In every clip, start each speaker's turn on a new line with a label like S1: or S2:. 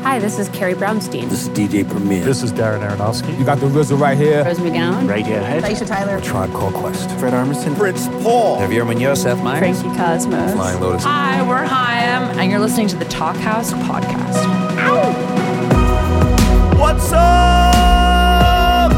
S1: Hi, this is Carrie Brownstein.
S2: This is DJ Premier.
S3: This is Darren Aronofsky.
S4: You got the RZA right here.
S1: Rose McGowan.
S2: Radiohead.
S5: Aisha Tyler.
S2: Tribe Called Quest.
S6: Fred Armisen.
S2: Prince Paul.
S6: Javier Munoz. Seth Meyers.
S5: Frankie Cosmos.
S6: Flying Lotus.
S7: Hi, we're Chaim, and you're listening to the Talk House podcast.
S6: What's up?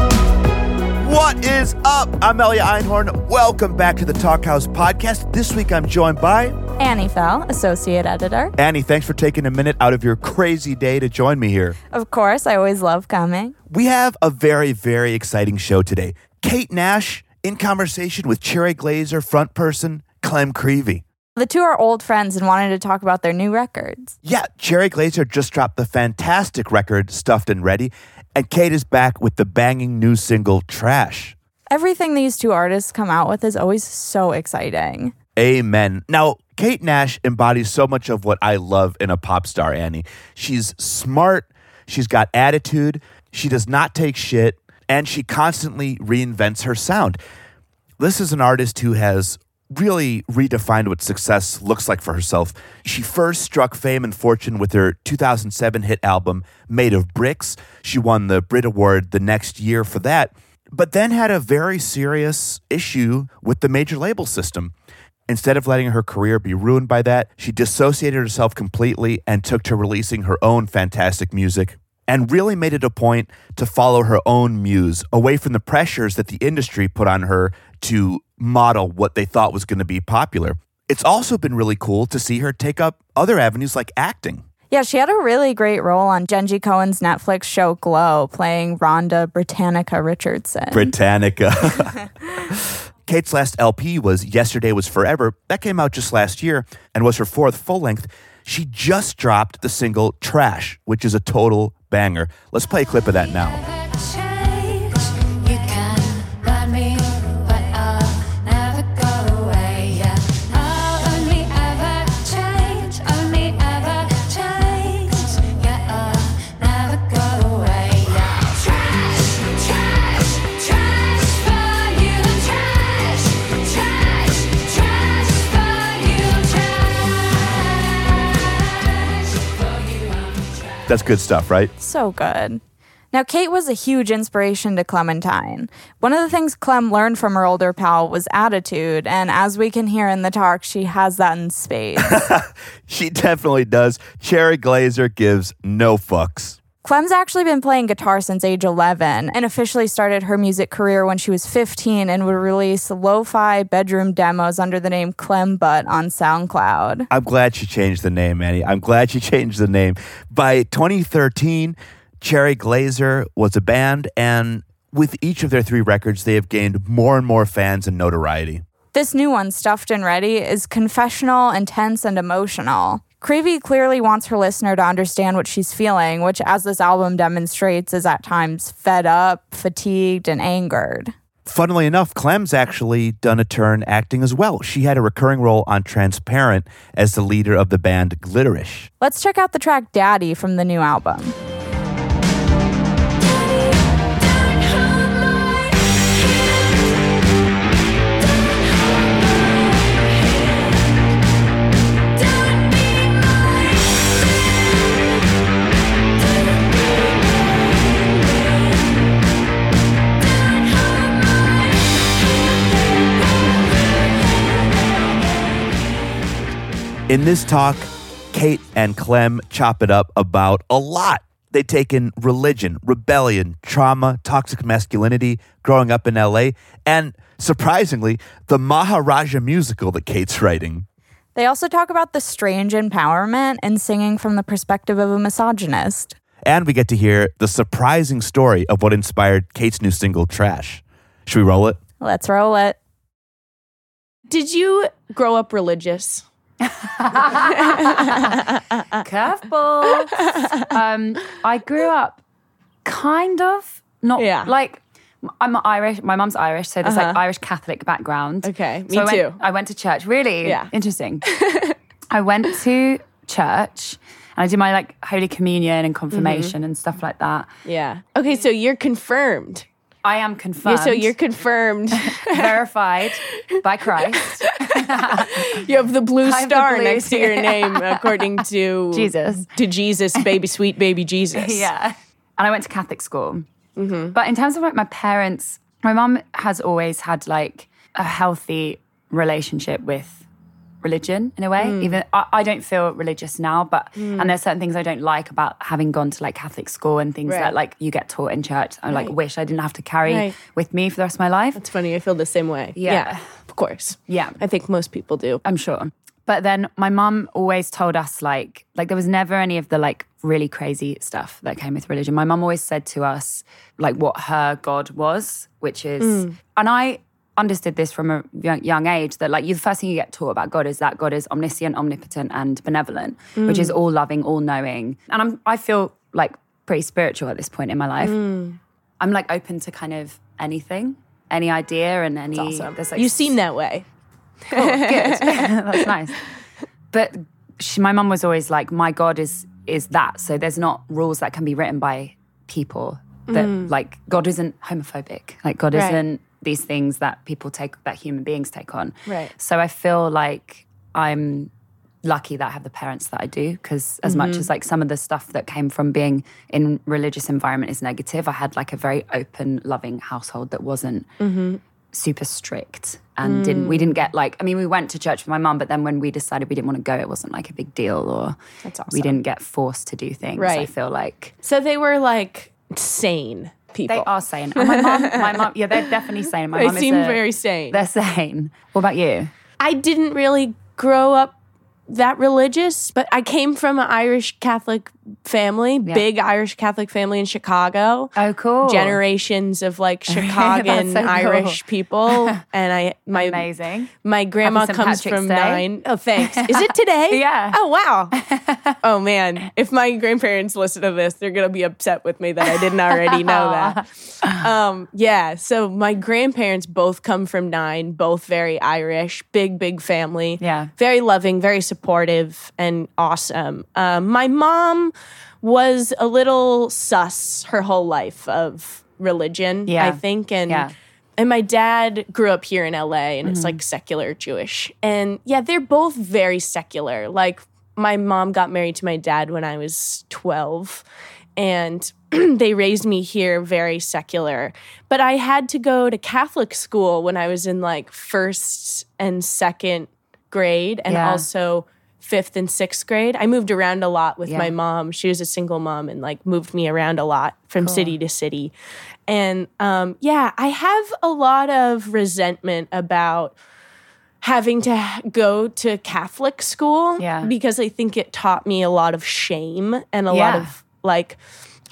S6: What is up? I'm Elia Einhorn. Welcome back to the Talk House podcast. This week I'm joined by
S5: Annie Fell, associate editor.
S6: Annie. Thanks for taking a minute out of your crazy day to join me here.
S5: Of course, I always love coming.
S6: We have a very, very exciting show today. Kate Nash in conversation with Cherry Glazer front person Clem Creevy.
S5: The two are old friends and wanted to talk about their new records.
S6: Yeah, Cherry Glazer just dropped the fantastic record Stuffed and Ready, and Kate is back with the banging new single Trash.
S5: Everything these two artists come out with is always so exciting.
S6: Amen. Now, Kate Nash embodies so much of what I love in a pop star, Annie. She's smart, she's got attitude, she does not take shit, and she constantly reinvents her sound. This is an artist who has really redefined what success looks like for herself. She first struck fame and fortune with her 2007 hit album, Made of Bricks. She won the Brit Award the next year for that, but then had a very serious issue with the major label system. Instead of letting her career be ruined by that, she dissociated herself completely and took to releasing her own fantastic music and really made it a point to follow her own muse away from the pressures that the industry put on her to model what they thought was going to be popular. It's also been really cool to see her take up other avenues like acting.
S5: Yeah, she had a really great role on Genji Cohen's Netflix show Glow, playing Rhonda Britannica Richardson.
S6: Britannica. Kate's last LP was Yesterday Was Forever. That came out just last year and was her fourth full length. She just dropped the single Trash, which is a total banger. Let's play a clip of that now. That's good stuff, right?
S5: So good. Now, Kate was a huge inspiration to Clementine. One of the things Clem learned from her older pal was attitude, and as we can hear in the talk, she has that in spades.
S6: She definitely does. Cherry Glazer gives no fucks.
S5: Clem's actually been playing guitar since age 11 and officially started her music career when she was 15 and would release lo fi bedroom demos under the name Clem Butt on SoundCloud.
S6: I'm glad she changed the name, Annie. I'm glad she changed the name. By 2013, Cherry Glazer was a band, and with each of their three records, they have gained more and more fans and notoriety.
S5: This new one, Stuffed and Ready, is confessional, intense, and emotional. Creevy clearly wants her listener to understand what she's feeling, which, as this album demonstrates, is at times fed up, fatigued, and angered.
S6: Funnily enough, Clem's actually done a turn acting as well. She had a recurring role on Transparent as the leader of the band Glitterish.
S5: Let's check out the track Daddy from the new album.
S6: In this talk, Kate and Clem chop it up about a lot. They take in religion, rebellion, trauma, toxic masculinity, growing up in LA, and surprisingly, the Maharaja musical that Kate's writing.
S5: They also talk about the strange empowerment and singing from the perspective of a misogynist.
S6: And we get to hear the surprising story of what inspired Kate's new single, Trash. Should we roll it?
S5: Let's roll it.
S8: Did you grow up religious?
S7: Curveball. um, I grew up kind of not
S8: Yeah. Uh-huh.
S7: like I'm Irish. My mum's Irish, so there's like Irish Catholic background.
S8: Okay,
S7: so
S8: me
S7: I
S8: too.
S7: Went, I went to church. Really?
S8: Yeah.
S7: Interesting. I went to church and I did my like Holy Communion and confirmation and stuff like that.
S8: Yeah. Okay, so you're confirmed.
S7: I am
S8: Yeah,
S7: confirmed.
S8: so you're confirmed.
S7: verified by Christ.
S8: You have the blue
S7: I have the
S8: star
S7: blue-
S8: next to your name, according to
S7: Jesus.
S8: To Jesus, baby, sweet baby Jesus.
S7: Yeah. And I went to Catholic school.
S8: Mm-hmm.
S7: But in terms of like my parents, my mum has always had like a healthy relationship with religion in a way.
S8: Mm.
S7: Even I, I don't feel religious now, but and there's certain things I don't like about having gone to like Catholic school and things
S8: Right.
S7: that like you get taught in church. I like
S8: Right.
S7: wish I didn't have to carry
S8: Right.
S7: with me for the rest of my life.
S8: It's funny. I feel the same way.
S7: Yeah.
S8: of course.
S7: Yeah.
S8: I think most people do.
S7: I'm sure. But then my mum always told us like like there was never any of the like really crazy stuff that came with religion. My mum always said to us like what her god was, which is
S8: Mm.
S7: and I understood this from a young, young age that like you the first thing you get taught about God is that God is omniscient, omnipotent and benevolent, which
S8: Mm.
S7: is all loving, all knowing. And I'm I feel like pretty spiritual at this point in my life.
S8: Mm.
S7: I'm like open to kind of anything, any idea and any there's, like,
S8: You seem that way.
S7: that's nice. But she, my mum was always like, "My God is is that." So there's not rules that can be written by people. That like God isn't homophobic. Like God
S8: Mm. Right.
S7: isn't these things that people take that human beings take on.
S8: Right.
S7: So I feel like I'm lucky that I have the parents that I do because as
S8: Mm-hmm.
S7: much as like some of the stuff that came from being in religious environment is negative, I had like a very open, loving household that wasn't
S8: Mm-hmm.
S7: super strict and didn't
S8: Mm.
S7: we didn't get like I mean we went to church with my mum but then when we decided we didn't want to go it wasn't like a big deal or we didn't get forced to do things I
S8: Right.
S7: feel like
S8: So they were like sane people.
S7: they are sane and Oh, my mum my mum yeah they're definitely sane my
S8: They
S7: mum is
S8: seem
S7: a-
S8: very sane.
S7: they're sane what about you
S8: I didn't really grow up that religious, but I came from an Irish Catholic family, big Irish Catholic family in Chicago.
S7: oh cool
S8: Generations of like Chicagan
S7: so cool.
S8: Irish people, and I my
S7: amazing
S8: my grandma
S7: St.
S8: comes
S7: Patrick's
S8: from
S7: Day.
S8: nine. Oh, thanks. Is it today?
S7: Yeah.
S8: Oh wow. oh man, if my grandparents listen to this, they're gonna be upset with me that I didn't already know that. Um, yeah. So my grandparents both come from nine, both very Irish, big big family.
S7: Yeah.
S8: Very loving, very supportive, and awesome. Um, my mom was a little sus her whole life of religion.
S7: Yeah.
S8: I think and
S7: Yeah.
S8: and my dad grew up here in LA and it's like secular Jewish. And yeah, they're both very secular. Like my mom got married to my dad when I was 12 and they raised me here very secular. But I had to go to Catholic school when I was in like first and second grade and
S7: Yeah.
S8: also fifth and sixth grade. I moved around a lot with
S7: Yeah.
S8: my mom. She was a single mom and like moved me around a lot from city to city. And um, yeah, I have a lot of resentment about having to h- go to Catholic school
S7: Yeah.
S8: because I think it taught me a lot of shame and a lot
S7: Yeah.
S8: of like,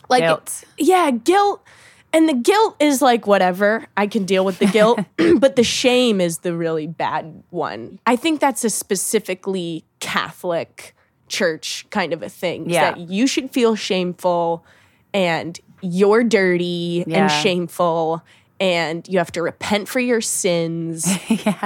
S8: like,
S7: Guilt.
S8: yeah, guilt. And the guilt is like whatever, I can deal with the guilt, but the shame is the really bad one. I think that's a specifically Catholic church kind of a thing. is
S7: Yeah.
S8: That you should feel shameful and you're dirty
S7: Yeah.
S8: and shameful and you have to repent for your sins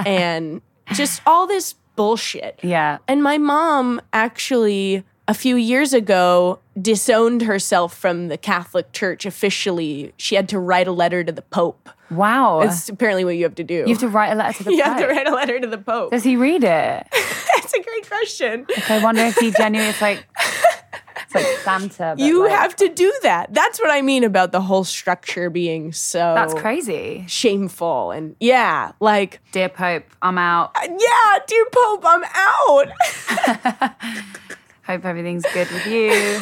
S8: and just all this bullshit.
S7: yeah
S8: And my mom actually, a few years ago, disowned herself from the Catholic Church officially. She had to write a letter to the Pope.
S7: wow
S8: That's apparently what you have to do.
S7: Oh. you have to write a letter to the
S8: You have to
S7: Pope.
S8: write a letter to the Pope.
S7: does he read it
S8: That's a great question.
S7: I wonder if he genuinely it's like it's like Santa but
S8: You
S7: like-
S8: have to do that. That's what I mean about the whole structure being so
S7: that's crazy
S8: shameful. And yeah, like,
S7: dear Pope I'm out
S8: yeah, dear Pope, I'm out.
S7: hope everything's good with you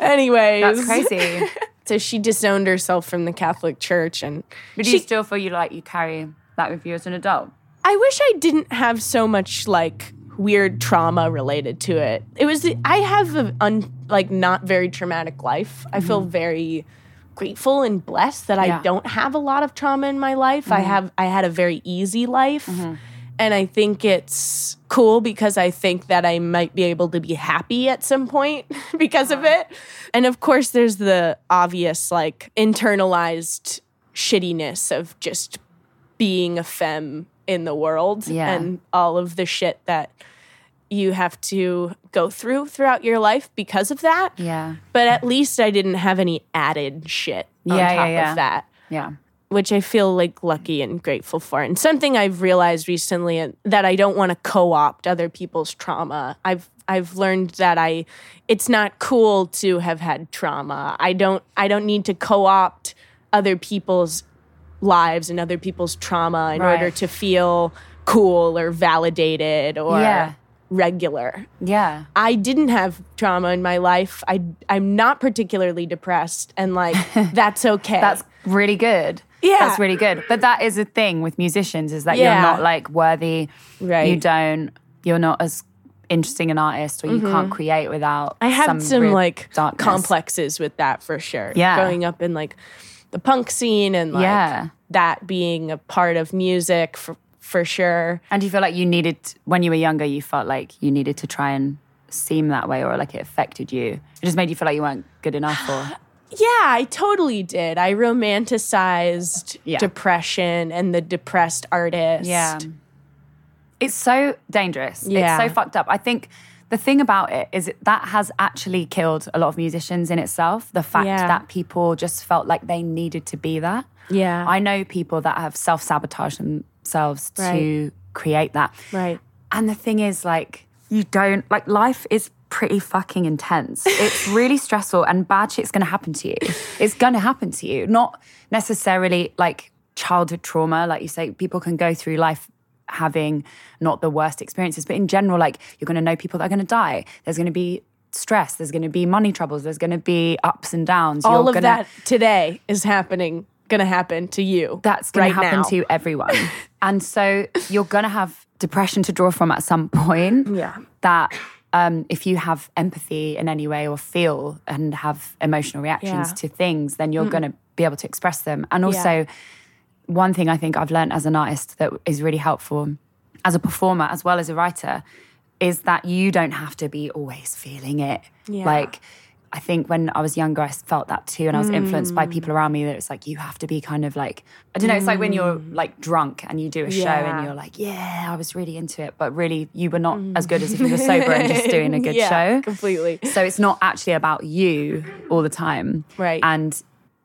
S8: Anyways.
S7: that's crazy
S8: So she disowned herself from the Catholic Church and
S7: But do you still feel you like you carry that with you as an adult?
S8: I wish I didn't have so much like weird trauma related to it. It was I have a un, like not very traumatic life. I feel very grateful and blessed that
S7: Yeah.
S8: I don't have a lot of trauma in my life. I have I had a very easy life. And I think it's cool because I think that I might be able to be happy at some point because of it. And of course, there's the obvious, like, internalized shittiness of just being a femme in the world
S7: Yeah.
S8: and all of the shit that you have to go through throughout your life because of that.
S7: Yeah.
S8: But at least I didn't have any added shit on top
S7: Yeah, yeah, yeah.
S8: of that,
S7: Yeah.
S8: which I feel like lucky and grateful for. And something I've realized recently and- that I don't want to co-opt other people's trauma. I've I've learned that I it's not cool to have had trauma. I don't I don't need to co-opt other people's lives and other people's trauma in
S7: Right.
S8: order to feel cool or validated or
S7: Yeah.
S8: regular.
S7: Yeah.
S8: I didn't have trauma in my life. I I'm not particularly depressed and like that's okay.
S7: That's really good.
S8: Yeah.
S7: That's really good. But that is a thing with musicians is that
S8: Yeah.
S7: you're not like worthy.
S8: Right.
S7: You don't, you're not as interesting an artist or you can't create without.
S8: Mm-hmm. I had some,
S7: real
S8: like
S7: darkness.
S8: complexes with that for sure.
S7: Yeah.
S8: Growing up in like the punk scene and like
S7: Yeah.
S8: that being a part of music for for sure.
S7: And do you feel like you needed, when you were younger, you felt like you needed to try and seem that way or like it affected you? It just made you feel like you weren't good enough or.
S8: Yeah, I totally did. I romanticized
S7: Yeah.
S8: depression and the depressed artist.
S7: Yeah. It's so dangerous.
S8: Yeah.
S7: It's so fucked up. I think the thing about it is that has actually killed a lot of musicians in itself. The fact
S8: Yeah.
S7: that people just felt like they needed to be that.
S8: Yeah.
S7: I know people that have self sabotaged themselves to
S8: Right.
S7: create that.
S8: right.
S7: And the thing is, like, you don't, like, life is pretty fucking intense. It's really stressful and bad shit's gonna happen to you. It's gonna happen to you. Not necessarily like childhood trauma. Like you say, people can go through life having not the worst experiences, but in general, like, you're gonna know people that are gonna die. There's gonna be stress. There's gonna be money troubles. There's gonna be ups and downs.
S8: All
S7: You're
S8: of
S7: gonna-
S8: that today is happening gonna happen to you.
S7: that's going
S8: right
S7: to happen
S8: now.
S7: to everyone. and so you're going to have depression to draw from at some point.
S8: Yeah.
S7: That um, if you have empathy in any way or feel and have emotional reactions
S8: Yeah. Mm.
S7: to things, then you're going to be able to express them. And also, one thing I think I've learned as an artist that is really helpful as a performer as well as a writer is that you don't have to be always feeling it. Like, I think when I was younger, I felt that too, and I was influenced
S8: Hmm.
S7: by people around me that it's like you have to be kind of like I don't know. It's like when you're like drunk and you do a show
S8: Hmm. Yeah.
S7: and you're like, yeah, I was really into it, but really you were not as good as if you were sober and just doing a good
S8: Yeah,
S7: show.
S8: Completely.
S7: So it's not actually about you all the time.
S8: Right.
S7: And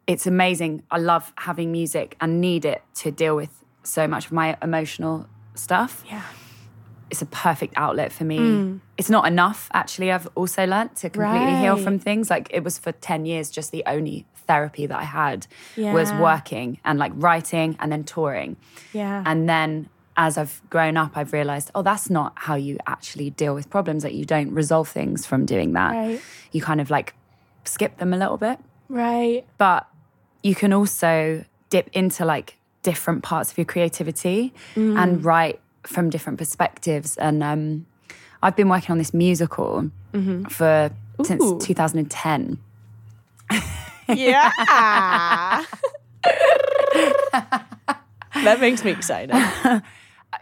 S7: it's amazing. I love having music and need it to deal with so much of my emotional stuff.
S8: Yeah.
S7: It's a perfect outlet for me.
S8: Mm.
S7: It's not enough, actually. I've also learnt to completely heal
S8: Right.
S7: from things. Like it was for 10 years, just the only therapy that I had was
S8: Yeah.
S7: working and like writing and then touring.
S8: Yeah.
S7: And then as I've grown up, I've realized, oh, that's not how you actually deal with problems, that you don't resolve things from doing that.
S8: Right.
S7: You kind of like skip them a little bit.
S8: right.
S7: But you can also dip into like different parts of your creativity
S8: Mm.
S7: and write from different perspectives. And um, I've been working on this musical for
S8: Mm-hmm. Ooh.
S7: since 2010.
S8: Yeah. that makes me excited.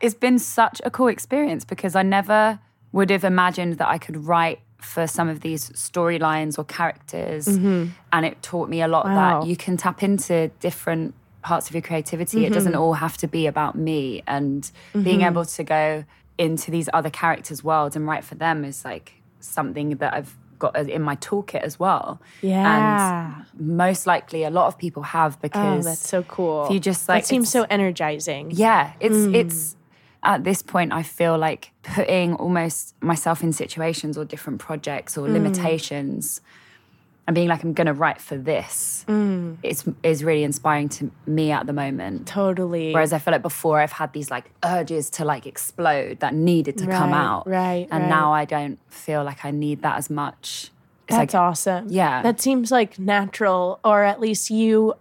S7: it's been such a cool experience because I never would have imagined that I could write for some of these storylines or characters. And it taught me a lot
S8: Mm-hmm. Wow.
S7: that you can tap into different parts of your creativity. It
S8: Mm-hmm.
S7: doesn't all have to be about me. And being able to go into these other characters' worlds and write for them is like something that I've got as- in my toolkit as well.
S8: Yeah.
S7: And most likely a lot of people have
S8: Oh,
S7: because
S8: that's so cool.
S7: if you just, like,
S8: that seems
S7: it's-
S8: so energizing.
S7: yeah, it's
S8: Hmm.
S7: it's at this point I feel like putting almost myself in situations or different projects
S8: Hmm.
S7: or limitations and being like I'm going to write for this. It's is really inspiring to me at the moment.
S8: Hmm. Totally.
S7: Whereas I feel like before I've had these like urges to like explode that needed to come
S8: Right,
S7: out.
S8: right,
S7: And
S8: right.
S7: now I don't feel like I need that as much. It's
S8: That's
S7: like
S8: awesome.
S7: yeah.
S8: That seems like natural, or at least you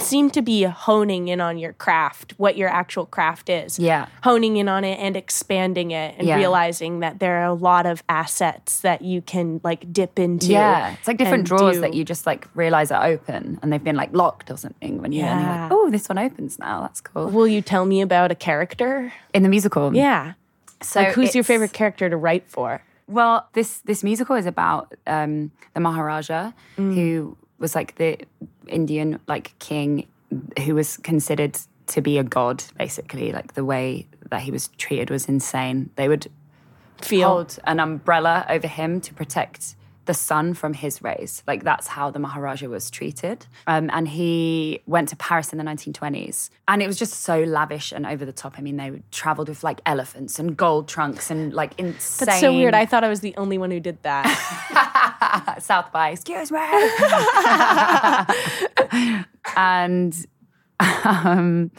S8: seem to be honing in on your craft, what your actual craft is.
S7: Yeah.
S8: Honing in on it and expanding it and
S7: Yeah.
S8: realizing that there are a lot of assets that you can like dip into.
S7: Yeah, it's like different
S8: and
S7: drawers
S8: do.
S7: that you just like realize are open and they've been like locked or something when you and you're
S8: Yeah.
S7: like, oh, this one opens now. That's cool.
S8: Will you tell me about a character?
S7: In the musical,
S8: Yeah.
S7: So
S8: like, who's your
S7: it's-
S8: favorite character to write for?
S7: Well, this this musical is about um, the Maharaja,
S8: Mm.
S7: who was like the Indian like king, who was considered to be a god. Basically, like the way that he was treated was insane. They would
S8: Field.
S7: hold an umbrella over him to protect the sun from his rays. Like that's how the Maharaja was treated. Um, and he went to Paris in the 1920s. And it was just so lavish and over the top. I mean, they traveled with like elephants and gold trunks and like insane.
S8: That's so weird. I thought I was the only one who did that.
S7: South by, excuse me. and um,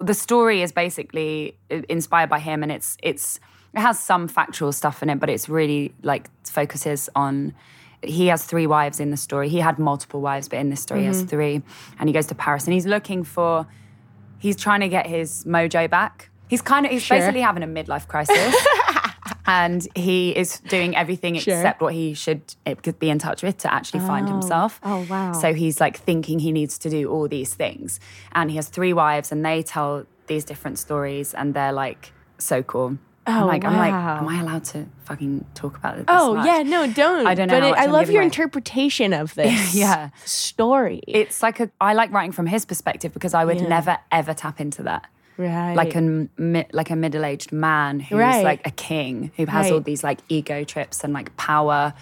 S7: the story is basically uh, inspired by him, and it's it's it has some factual stuff in it, but it's really like focuses on. He has three wives in the story. He had multiple wives, but in this story, he has three. And he goes to Paris, and he's looking for. He's trying to get his mojo back. He's kind of he's basically having a midlife crisis. and he is doing everything except what he should it could be in touch with to actually find himself.
S1: Oh, wow.
S7: So he's like thinking he needs to do all these things, and he has three wives, and they tell these different stories, and they're like so cool. Oh, I'm like, I'm like,
S1: wow.
S7: am I allowed to fucking talk about it? This
S8: oh
S7: much?
S8: yeah, no, don't.
S7: I don't know
S8: But
S7: how
S8: it-
S7: much
S8: I
S7: I'm
S8: love
S7: giving
S8: your
S7: away.
S8: interpretation of this.
S7: Yeah.
S8: story.
S7: It's like a. I like writing from his perspective because I would never ever tap into that.
S8: right.
S7: like a m- mi- like a middle-aged man who's
S8: Right.
S7: like a king who has all
S8: Right.
S7: these like ego trips and like power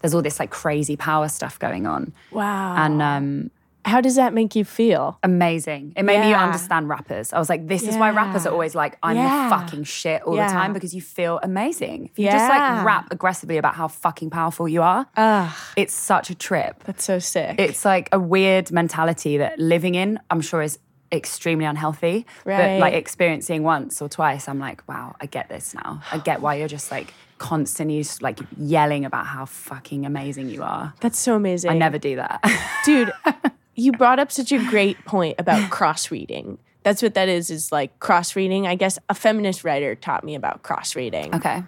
S7: there's all this like crazy power stuff going on
S8: wow.
S7: and um
S8: How does that make you feel?
S7: amazing it made me
S8: Yeah.
S7: understand rappers i was like this is why rappers
S8: Yeah.
S7: are always like i'm
S8: Yeah.
S7: the fucking shit all
S8: Yeah.
S7: the time because you feel amazing if you just like
S8: Yeah.
S7: rap aggressively about how fucking powerful you are it's such a trip
S8: That's so sick.
S7: it's like a weird mentality that living in, I'm sure, is extremely unhealthy. But
S8: Right.
S7: like experiencing once or twice, I'm like, wow, I get this now. I get why you're just like constantly just, like yelling about how fucking amazing you are.
S8: That's so amazing.
S7: I never do that.
S8: dude you brought up such a great point about cross reading that's what that is is like cross reading i guess a feminist writer taught me about cross reading
S7: okay,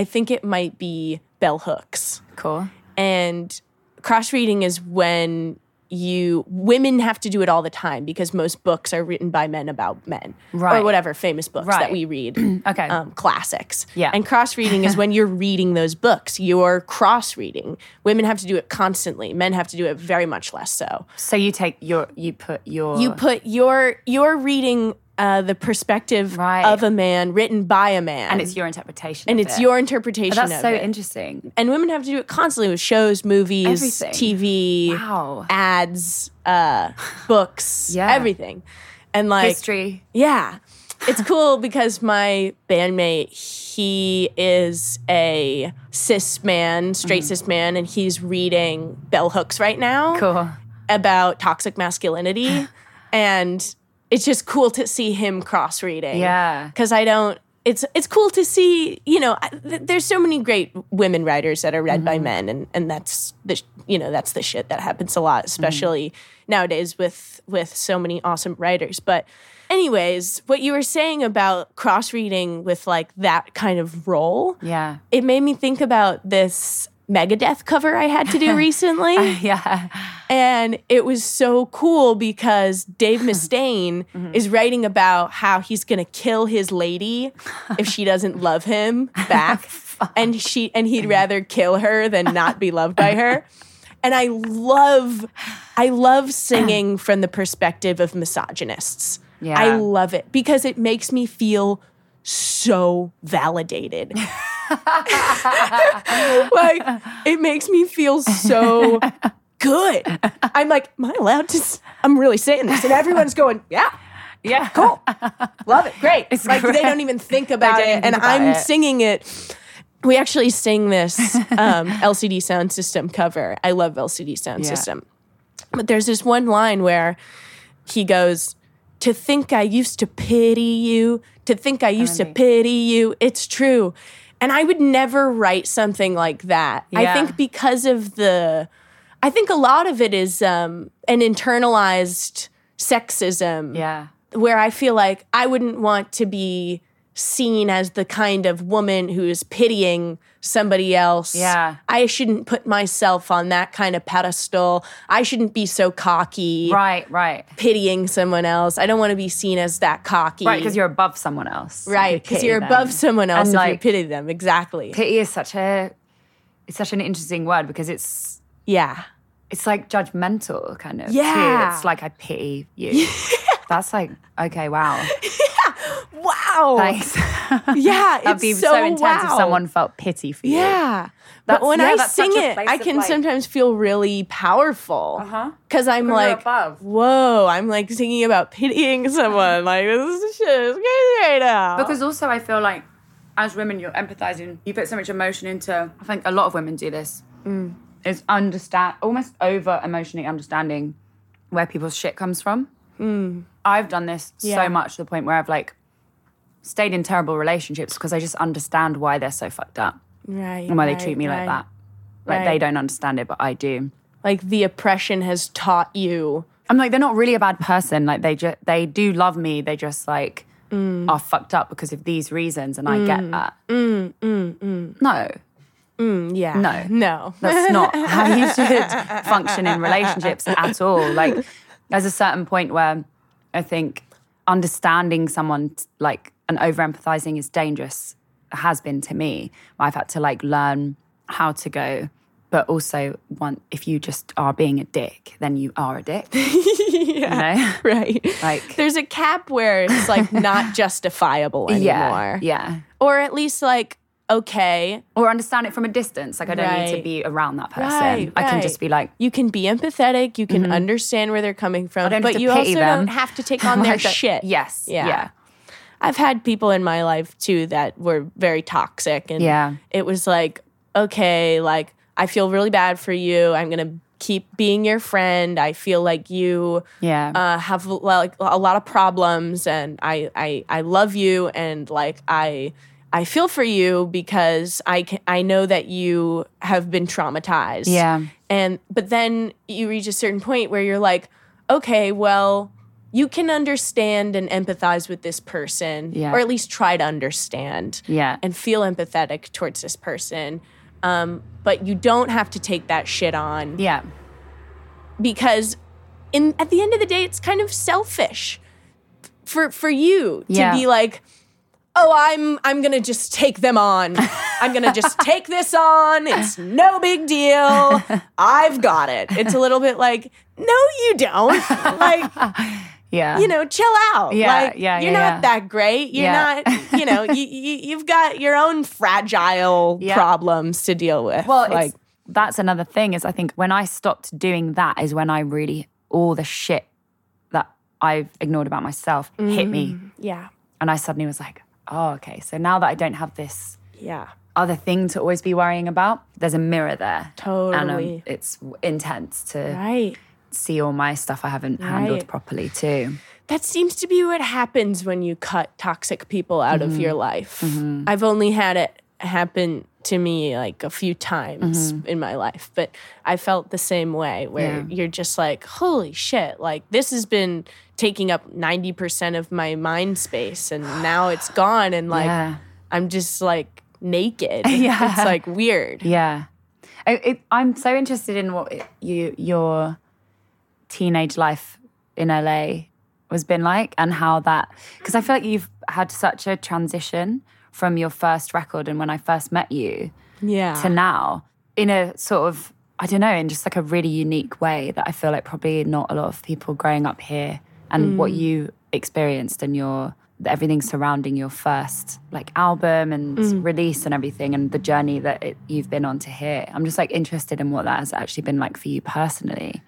S8: i think it might be bell hooks
S7: cool.
S8: and cross reading is when you women have to do it all the time because most books are written by men about men
S7: Right.
S8: or whatever famous books
S7: Right.
S8: that we read
S7: Okay.
S8: um, classics
S7: Yeah.
S8: and cross reading is when you're reading those books you're cross reading women have to do it constantly men have to do it very much less so
S7: so you take your, you put your,
S8: you put your you're reading uh, the perspective
S7: Right.
S8: of a man written by a man
S7: and it's your interpretation,
S8: and
S7: of
S8: it's
S7: it.
S8: your interpretation
S7: That's
S8: of
S7: so
S8: it.
S7: interesting.
S8: and women have to do it constantly with shows movies
S7: Everything.
S8: tv
S7: Wow.
S8: ads uh, books
S7: Yeah.
S8: everything and like
S7: History.
S8: yeah. It's cool because my bandmate, he is a cis man, straight cis man, and he's reading bell hooks right now
S7: Cool.
S8: about toxic masculinity. and it's just cool to see him cross reading.
S7: Yeah.
S8: Cause I don't, it's, it's cool to see, you know, I, th- there's so many great women writers that are read
S7: Mm-hmm.
S8: by men. And, and that's the, sh- you know, that's the shit that happens a lot, especially
S7: Mm-hmm.
S8: nowadays with, with so many awesome writers. But anyways, what you were saying about cross reading with like that kind of role,
S7: Yeah.
S8: it made me think about this Megadeth cover I had to do recently.
S7: Yeah.
S8: And it was so cool because Dave Mustaine is writing about how he's going to kill his lady if she doesn't love him back and she and he'd rather kill her than not be loved by her. And I love I love singing from the perspective of misogynists.
S7: Yeah.
S8: I love it because it makes me feel so validated. like it makes me feel so good. I'm like, am I allowed to? s- I'm really saying this, and everyone's going, yeah,
S7: Yeah. Cool.
S8: love it, great.
S7: It's
S8: like
S7: great.
S8: they don't even think about
S7: don't
S8: it,
S7: even
S8: and
S7: think about
S8: I'm
S7: it.
S8: singing it. We actually sing this um, LCD Sound System cover. I love LCD Sound
S7: Yeah.
S8: System, but there's this one line where he goes. To think I used to pity you, to think I used to
S7: remember.
S8: pity you, it's true. And I would never write something like that. I
S7: Yeah.
S8: think because of the I think a lot of it is um, an internalized sexism
S7: Yeah.
S8: where I feel like I wouldn't want to be seen as the kind of woman who is pitying somebody else.
S7: Yeah.
S8: I shouldn't put myself on that kind of pedestal. I shouldn't be so cocky
S7: Right. Right.
S8: pitying someone else. I don't want to be seen as that cocky.
S7: Right. Because you're above someone else. if you
S8: Right, 'cause
S7: pity
S8: you're
S7: them.
S8: above someone else
S7: And,
S8: if you
S7: like,
S8: pity them. Exactly.
S7: pity is such a it's such an interesting word because it's
S8: yeah.
S7: it's like judgmental kind of too.
S8: Yeah.
S7: it's like i pity you that's like okay wow
S8: wow.
S7: Thanks.
S8: yeah,
S7: That'd
S8: it's
S7: be
S8: so,
S7: so, intense if
S8: wow.
S7: someone felt pity for you.
S8: Yeah.
S7: That's-
S8: but when
S7: yeah,
S8: I
S7: that's
S8: sing
S7: such a
S8: it,
S7: place
S8: I
S7: of,
S8: can
S7: like-
S8: sometimes feel really powerful.
S7: Uh-huh.
S8: Because I'm
S7: When you're
S8: like,
S7: above.
S8: whoa, I'm like singing about pitying someone. like, this shit is crazy right now.
S7: Because also, I feel like as women, you're empathizing. You put so much emotion into. I think a lot of women do this.
S8: Mm.
S7: Is understand almost over emotionally understanding where people's shit comes from. I've done this
S8: Mm. Yeah.
S7: so much to the point where I've like stayed in terrible relationships because I just understand why they're so fucked up
S8: right,
S7: and why
S8: right,
S7: they treat me
S8: right.
S7: like that. Like
S8: Right.
S7: they don't understand it, but I do.
S8: Like the oppression has taught you.
S7: I'm like, they're not really a bad person. Like they just they do love me. They just like are fucked up because of these reasons, and I get that. No,
S8: Yeah.
S7: No.
S8: No.
S7: that's not how you should function in relationships at all. Like there's a certain point where I think understanding someone t- like and over empathizing is dangerous. Has been to me. I've had to like learn how to go. But also, one, if you just are being a dick, then you are a dick. You know?
S8: Right.
S7: Like-
S8: there's a cap where it's like not justifiable anymore.
S7: Yeah. Yeah.
S8: Or at least like, okay,
S7: Or understand it from a distance. Like I don't need to
S8: Right.
S7: be around that person.
S8: Right,
S7: I can
S8: right.
S7: just be like,
S8: you can be empathetic, you can understand where they're coming from,
S7: Mm-hmm. don't have
S8: but
S7: to
S8: you
S7: pity
S8: also
S7: them.
S8: don't have to take on their
S7: I don't-
S8: shit.
S7: Yes.
S8: Yeah.
S7: yeah.
S8: I've had people in my life too that were very toxic and
S7: Yeah.
S8: it was like, okay, like I feel really bad for you. I'm going to keep being your friend. I feel like you
S7: Yeah.
S8: uh, have like a lot of problems and I, I I love you and like I I feel for you because I can, I know that you have been traumatized.
S7: Yeah.
S8: And but then you reach a certain point where you're like, okay, well, you can understand and empathize with this person
S7: Yeah.
S8: or at least try to understand
S7: Yeah.
S8: and feel empathetic towards this person. Um, but you don't have to take that shit on
S7: yeah.
S8: because in at the end of the day it's kind of selfish for for you
S7: Yeah.
S8: to be like oh i'm i'm gonna just take them on i'm gonna just take this on it's no big deal i've got it it's a little bit like no you don't like
S7: Yeah.
S8: you know chill out
S7: Yeah,
S8: like
S7: yeah,
S8: you're
S7: yeah,
S8: not
S7: yeah.
S8: that great you're
S7: Yeah.
S8: not you know you, you you've got your own fragile
S7: Yeah.
S8: problems to deal with
S7: Well,
S8: like
S7: it's, that's another thing is I think when I stopped doing that is when I really all the shit that I've ignored about myself hit me,
S8: yeah
S7: and I suddenly was like, oh, okay. So now that I don't have this
S8: yeah
S7: other thing to always be worrying about, there's a mirror there. And um,
S8: Totally.
S7: it's intense to
S8: right
S7: see all my stuff I haven't handled
S8: Right.
S7: properly too.
S8: that seems to be what happens when you cut toxic people out of
S7: Mm-hmm.
S8: your life. I've only had it happen to me like a few times
S7: Mm-hmm.
S8: in my life, but I felt the same way where you're just like, holy shit, like this has been taking up 90% of my mind space and now it's gone and like
S7: Yeah.
S8: I'm just like naked.
S7: Yeah.
S8: It's like weird.
S7: Yeah, I, it, I'm so interested in what it- you your teenage life in LA was been like, and how that because I feel like you've had such a transition from your first record and when I first met you
S8: Yeah.
S7: to now in a sort of I don't know in just like a really unique way that I feel like probably not a lot of people growing up here and what
S8: Mm.
S7: you experienced and your everything surrounding your first like album and
S8: Mm.
S7: release and everything and the journey that it, you've been on to here I'm just like interested in what that has actually been like for you personally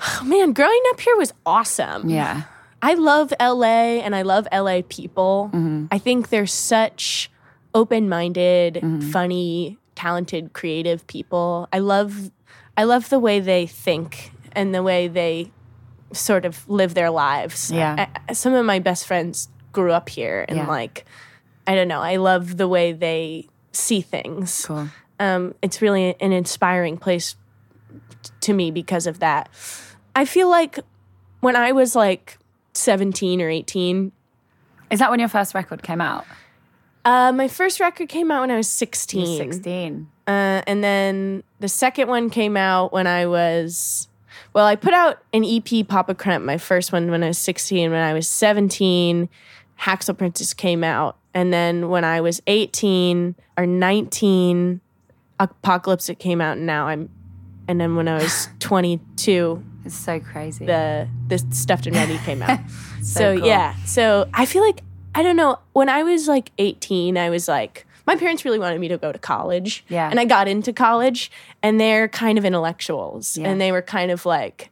S8: Oh, man, growing up here was awesome.
S7: yeah
S8: I love LA and I love LA people. I think they're such open minded, funny, talented, creative people. I love I love the way they think and the way they sort of live their lives.
S7: Yeah.
S8: I- I- some of my best friends grew up here and
S7: Yeah.
S8: like I don't know, I love the way they see things
S7: cool
S8: um, it's really an inspiring place t- to me because of that. I feel like when I was like 17 or 18,
S7: is that when your first record came out
S8: uh, my first record came out when I was 16.
S7: 16
S8: Uh, and then the second one came out when I was, well, I put out an EP, Papa Crump, my first one when I was 16. When I was 17, Haxel Princess came out. And then when I was 18 or 19, Apocalypse it came out. And now I'm, and then when I was 22,
S7: it's so crazy
S8: the the stuffed and ready came out. so
S7: cool.
S8: yeah, so I feel like I don't know. When I was like 18, I was like, my parents really wanted me to go to college.
S7: Yeah.
S8: And I got into college, and they're kind of intellectuals.
S7: Yeah.
S8: And they were kind of like,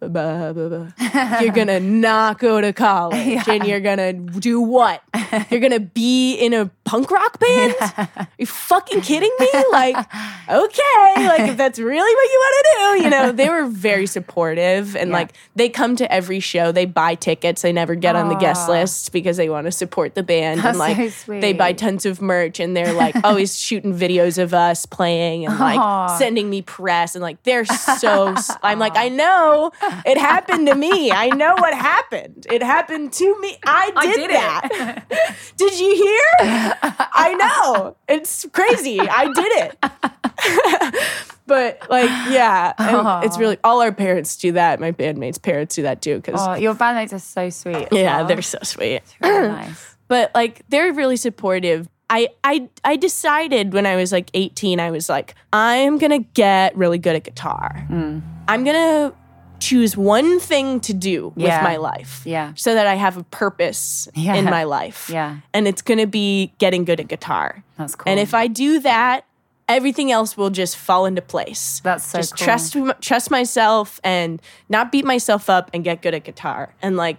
S8: "Bah, bah, bah. you're going to not go to college. And you're going to do what? You're going to be in a punk rock band? Are you fucking kidding me? Like, okay. Like, if that's really what you want to do, you know, they were very supportive. And
S7: Yeah.
S8: like, they come to every show, they buy tickets, they never get on the guest list because they want to support the band. and
S7: That's
S8: like,
S7: so
S8: they buy
S7: sweet.
S8: tons of merch and they're like always shooting videos of us playing and like
S7: Aw.
S8: sending me press and like they're so s- I'm like I know it happened to me. I know what happened. It happened to me. I did,
S7: I did it.
S8: that. did you hear? I know. It's crazy. I did it. But like yeah, and it's really all our parents do that. My bandmates' parents do that too cuz
S7: Oh, your bandmates are so sweet. as
S8: yeah,
S7: well.
S8: they're so sweet
S7: really nice.
S8: but like they're really supportive. I, I I decided when I was like 18, I was like, I'm gonna get really good at guitar.
S7: Hmm.
S8: I'm gonna choose one thing to do
S7: Yeah.
S8: with my life.
S7: Yeah.
S8: So that I have a purpose
S7: Yeah.
S8: in my life.
S7: Yeah.
S8: And it's gonna be getting good at guitar.
S7: That's cool.
S8: And if I do that, everything else will just fall into place.
S7: That's so
S8: just
S7: cool.
S8: trust m- trust myself and not beat myself up and get good at guitar. And like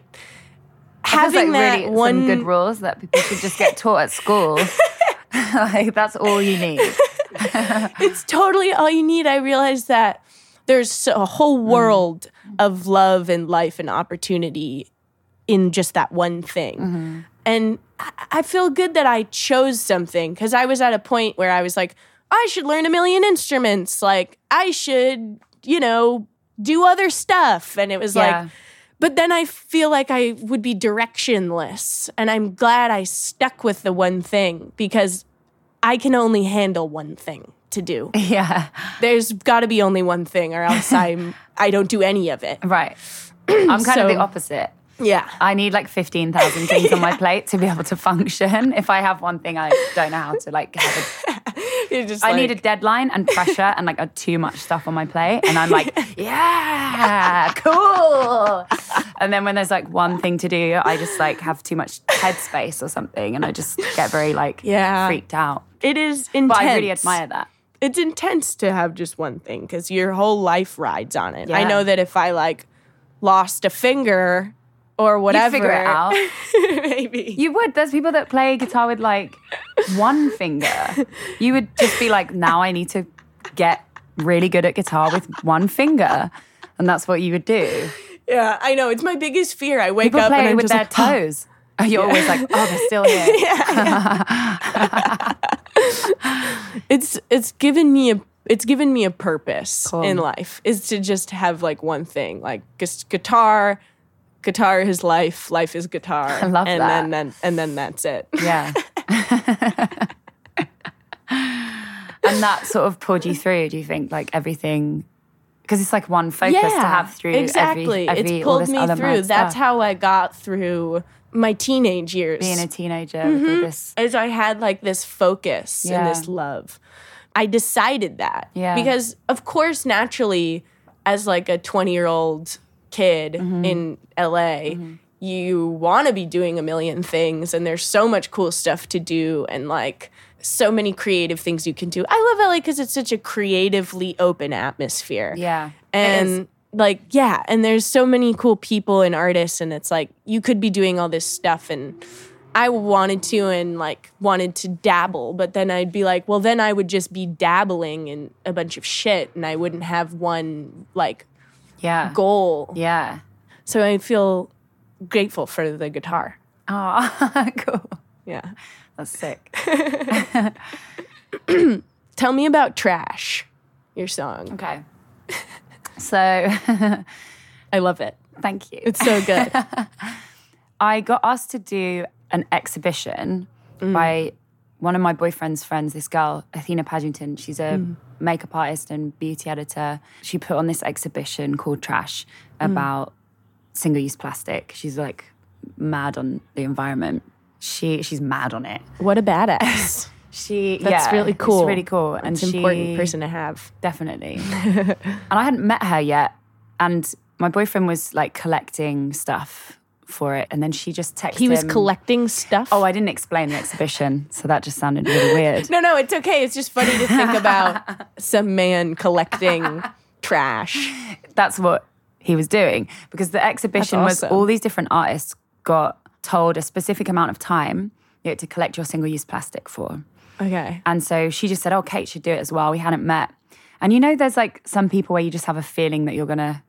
S7: That's,
S8: having
S7: like
S8: that
S7: really
S8: one
S7: some good rules that people should just get taught at school. like that's all you need.
S8: it's totally all you need. I realized that there's a whole world of love and life and opportunity in just that one thing. And I- I feel good that I chose something because I was at a point where I was like, I should learn a million instruments. Like, I should, you know, do other stuff. And it was
S7: Yeah.
S8: like, but then I feel like I would be directionless. And I'm glad I stuck with the one thing because I can only handle one thing to do.
S7: Yeah.
S8: There's got to be only one thing, or else I'm I don't do any of it.
S7: Right. I'm kind
S8: So-
S7: of the opposite.
S8: Yeah,
S7: I need like 15,000 things on my plate to be able to function. If I have one thing, I don't know how to like have a
S8: You're just
S7: I
S8: like-
S7: need a deadline and pressure and like a too much stuff on my plate. And I'm like, yeah, cool. And then when there's like one thing to do, I just like have too much headspace or something. And I just get very like
S8: Yeah.
S7: freaked out.
S8: It is intense.
S7: But I really admire that.
S8: It's intense to have just one thing because your whole life rides on it. I
S7: Yeah.
S8: know that if I like lost a finger or
S7: You
S8: whatever,
S7: figure it out.
S8: maybe.
S7: You would. There's people that play guitar with like one finger. You would just be like, now I need to get really good at guitar with one finger. And that's what you would do.
S8: yeah, I know. It's my biggest fear. I wake
S7: People
S8: up and
S7: play
S8: I'm
S7: with
S8: just
S7: their
S8: like, oh.
S7: toes. You're always like, oh, they're still here.
S8: it's it's given me a it's given me a purpose
S7: Cool.
S8: in life is to just have like one thing like just guitar guitar is life life is guitar I
S7: love
S8: and
S7: that.
S8: then, then and then that's it
S7: Yeah. and that sort of pulled you through, do you think? Like everything, because it's like one focus to have through every-
S8: exactly
S7: every,
S8: it's
S7: all
S8: pulled
S7: this
S8: me
S7: other
S8: through
S7: mad
S8: that's
S7: stuff.
S8: how I got through my teenage years
S7: being a teenager with
S8: Mm-hmm.
S7: all this.
S8: as I had like this focus
S7: Yeah.
S8: and this love. I decided that.
S7: Yeah.
S8: Because of course naturally as like a 20-year-old kid
S7: Mm-hmm.
S8: in LA, you want to be doing a million things and there's so much cool stuff to do and like so many creative things you can do. I love LA cuz it's such a creatively open atmosphere
S7: Yeah. It is.
S8: and like yeah and there's so many cool people and artists and it's like you could be doing all this stuff and i wanted to and like wanted to dabble but then i'd be like well then i would just be dabbling in a bunch of shit and i wouldn't have one like
S7: yeah.
S8: goal
S7: Yeah.
S8: so i feel grateful for the guitar
S7: Oh, cool.
S8: yeah
S7: That's sick.
S8: tell me about trash your song
S7: Okay. So
S8: i love it
S7: thank you.
S8: it's so good
S7: I got asked to do an exhibition
S8: Mm.
S7: by one of my boyfriend's friends, this girl, Athena Paddington. She's a
S8: Mm.
S7: makeup artist and beauty editor. She put on this exhibition called Trash
S8: Mm.
S7: about single use plastic. She's like mad on the environment. She she's mad on it.
S8: what a badass
S7: She
S8: That's
S7: yeah,
S8: really
S7: it's
S8: cool.
S7: really cool.
S8: it's
S7: and
S8: an
S7: she,
S8: important person to have
S7: definitely. and I hadn't met her yet. And my boyfriend was like collecting stuff for it. And then she just texted
S8: He was
S7: him-
S8: collecting stuff.
S7: Oh, I didn't explain the exhibition, so that just sounded really weird.
S8: No, no, it's okay. It's just funny to think about some man collecting trash.
S7: that's what he was doing because the exhibition
S8: That's
S7: was
S8: awesome.
S7: all these different artists got told a specific amount of time you had to collect your single use plastic for.
S8: Okay.
S7: And so she just said, Oh, Kate should do it as well. We hadn't met. And you know, there's like some people where you just have a feeling that you're going to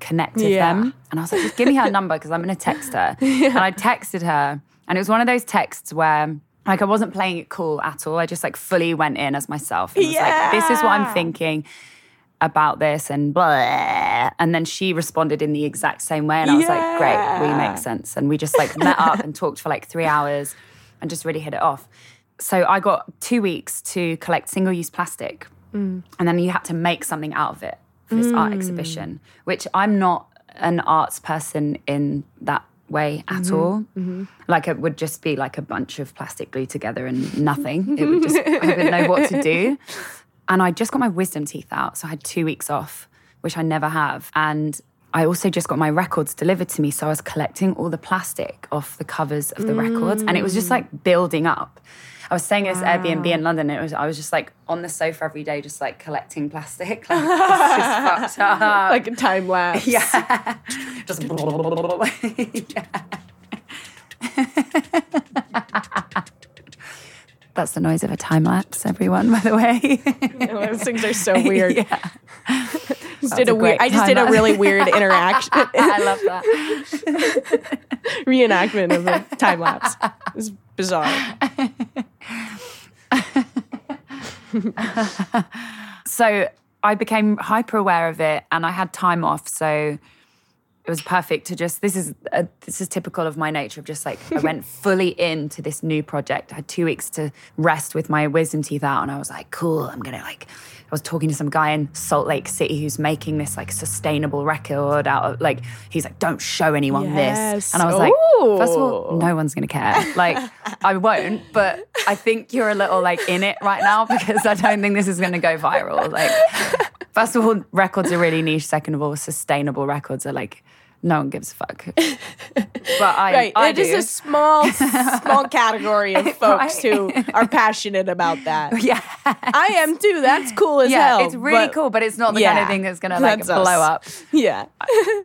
S7: connect with
S8: Yeah.
S7: them. And I was like, Just give me her number because I'm going to text her. And I texted her. And it was one of those texts where like I wasn't playing it cool at all. I just like fully went in as myself. And was like, This is what I'm thinking about this and blah. And then she responded in the exact same way. And I was like, Great, we make sense. And we just like met up and talked for like three hours and just really hit it off. So I got two weeks to collect single use plastic. And then you had to make something out of it for this art exhibition, which I'm not an arts person in that way at all. Like it would just be like a bunch of plastic glued together and nothing. It would just, I wouldn't know what to do. And I just got my wisdom teeth out. So I had two weeks off, which I never have. And I also just got my records delivered to me. So I was collecting all the plastic off the covers of the records. And it was just like building up. I was staying at this Airbnb in London. And it was I was just like on the sofa every day, just like collecting plastic. Like it's just fucked up.
S8: Like a time lapse. Yeah.
S7: Just That's the noise of a time lapse, everyone, by the way.
S8: Those things are so weird. just did
S7: a
S8: a weird,
S7: great
S8: I just
S7: time
S8: did a
S7: lapse.
S8: really weird interaction
S7: I love that.
S8: reenactment of a time lapse. It's bizarre.
S7: So I became hyper aware of it and I had time off. So it was perfect to just, this is, uh this is typical of my nature of just like, I went fully into this new project. I had two weeks to rest with my wisdom teeth out and I was like, cool, I'm going to like, I was talking to some guy in Salt Lake City who's making this like sustainable record out of like, he's like, don't show anyone
S8: Yes.
S7: this. And I was like, first of all,
S8: Ooh.
S7: no one's going to care. Like, I won't, but I think you're a little like in it right now because I don't think this is going to go viral. Like, first of all, records are really niche. Second of all, sustainable records are like, no one gives a fuck. But I,
S8: Right.
S7: I
S8: it is
S7: do.
S8: a small, small category of folks
S7: Right.
S8: who are passionate about that.
S7: yeah.
S8: I am too. That's cool as
S7: Yeah,
S8: hell.
S7: it's really
S8: but-
S7: cool, but it's not the kind
S8: Yeah.
S7: of thing that's going to like
S8: That's
S7: blow
S8: us.
S7: up.
S8: Yeah.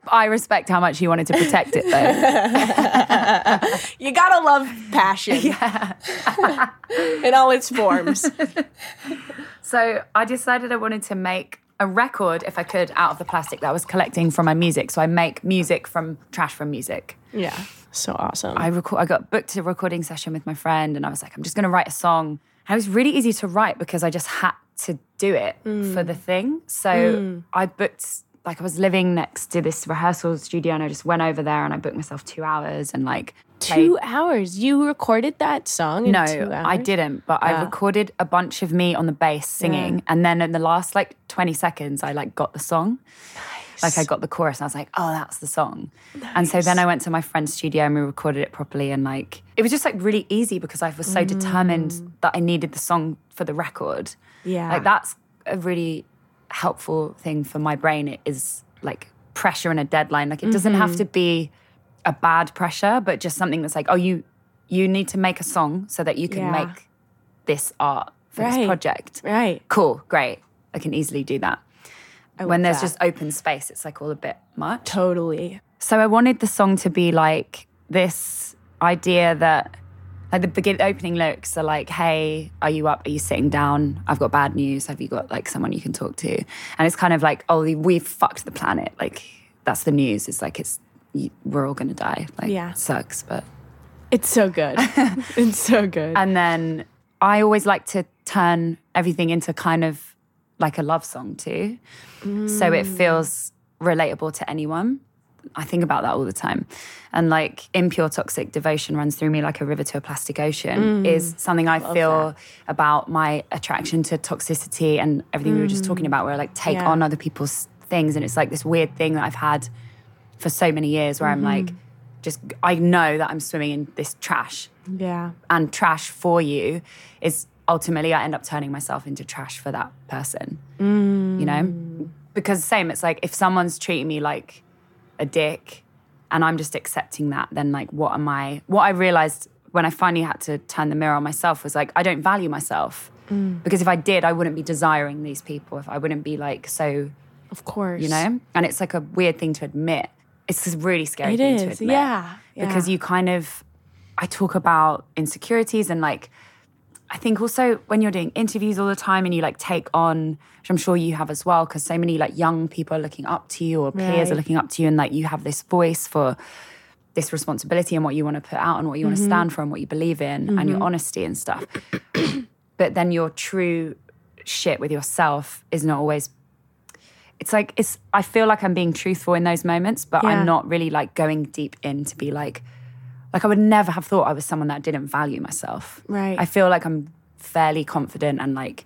S7: I respect how much he wanted to protect it though.
S8: You gotta love passion. In all its forms.
S7: So I decided I wanted to make a record, if I could, out of the plastic that I was collecting from my music. So I make music from trash from music.
S8: yeah. So awesome.
S7: I record. I got booked a recording session with my friend, and I was like, I'm just going to write a song. And it was really easy to write because I just had to do it
S8: Mm.
S7: for the thing. So I booked. Like I was living next to this rehearsal studio, and I just went over there and I booked myself two hours and like played-
S8: two hours. You recorded that song in
S7: no,
S8: two hours?
S7: I didn't. But I recorded a bunch of me on the bass singing, and then in the last like 20 seconds, I like got the song. Like I got the chorus, and I was like, "Oh, that's the song." And so then I went to my friend's studio and we recorded it properly, and like it was just like really easy because I was so determined that I needed the song for the record.
S8: Mm. Yeah.
S7: like that's a really helpful thing for my brain. It is like pressure and a deadline. Like it doesn't have
S8: Mm-hmm.
S7: to be a bad pressure, but just something that's like, oh, you you need to make a song so that you can
S8: Yeah.
S7: make this art for
S8: Right.
S7: this project.
S8: Right.
S7: Cool, great. I can easily do that. when
S8: love
S7: there's
S8: that.
S7: just open space, it's like all a bit much.
S8: Totally.
S7: So I wanted the song to be like this idea that like the begin opening lyrics are like, "Hey, are you up? Are you sitting down? I've got bad news. Have you got like someone you can talk to?" And it's kind of like, "Oh, we've fucked the planet. Like that's the news. It's like it's you, we're all gonna die. Like
S8: Yeah.
S7: it sucks, but."
S8: It's so good. it's so good.
S7: And then I always like to turn everything into kind of like a love song too. So it feels relatable to anyone. I think about that all the time. And like impure toxic devotion runs through me like a river to a plastic ocean is something I feel about my attraction to toxicity and everything we were just talking about, where I like take
S8: Yeah.
S7: on other people's things. And it's like this weird thing that I've had for so many years where I'm like, just, I know that I'm swimming in this trash
S8: yeah.
S7: and trash for you is ultimately I end up turning myself into trash for that person. You know? Because same, it's like if someone's treating me like a dick and I'm just accepting that, then like what am I what I realized when I finally had to turn the mirror on myself was like I don't value myself.
S8: Mm.
S7: Because if I did, I wouldn't be desiring these people. If I wouldn't be like so,
S8: Of course.
S7: you know? And it's like a weird thing to admit. It's a really scary
S8: It
S7: thing to
S8: is.
S7: admit
S8: Yeah.
S7: because you kind of I talk about insecurities and like I think also when you're doing interviews all the time and you like take on which I'm sure you have as well because so many like young people are looking up to you or peers are
S8: Right.
S7: looking up to you and like you have this voice for this responsibility and what you want to put out and what you want
S8: Mm-hmm.
S7: to stand for and what you believe in and your honesty and stuff but then your true shit with yourself is not always it's like it's i feel like i'm being truthful in those moments but
S8: Yeah.
S7: i'm not really like going deep in to be like like i would never have thought i was someone that didn't value myself
S8: Right.
S7: i feel like i'm fairly confident and like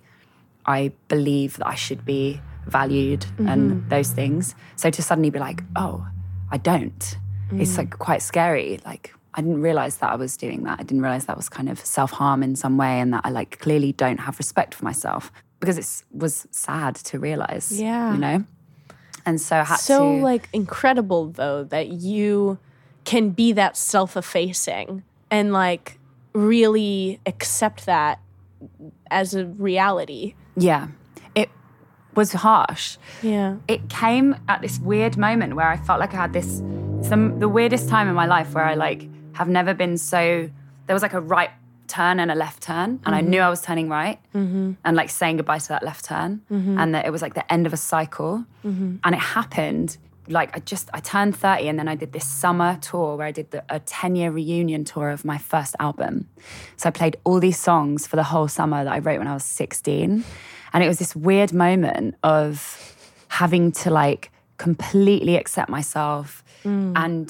S7: i believe that i should be valued
S8: Mm-hmm.
S7: and those things so to suddenly be like oh i don't it's like
S8: Mm.
S7: quite scary like i didn't realize that i was doing that i didn't realize that was kind of self-harm in some way and that i like clearly don't have respect for myself because it was sad to realize
S8: Yeah.
S7: you know and so I had
S8: so
S7: to
S8: like incredible though that you can be that self-effacing and like really accept that as a reality.
S7: yeah it was harsh
S8: Yeah.
S7: it came at this weird moment where I felt like I had this it's the, the weirdest time in my life where I like have never been so there was like a right turn and a left turn and I knew I was turning right and like saying goodbye to that left turn and that it was like the end of a cycle and it happened like I just I turned 30 and then I did this summer tour where I did the, a 10 year reunion tour of my first album. So I played all these songs for the whole summer that I wrote when I was 16 and it was this weird moment of having to like completely accept myself and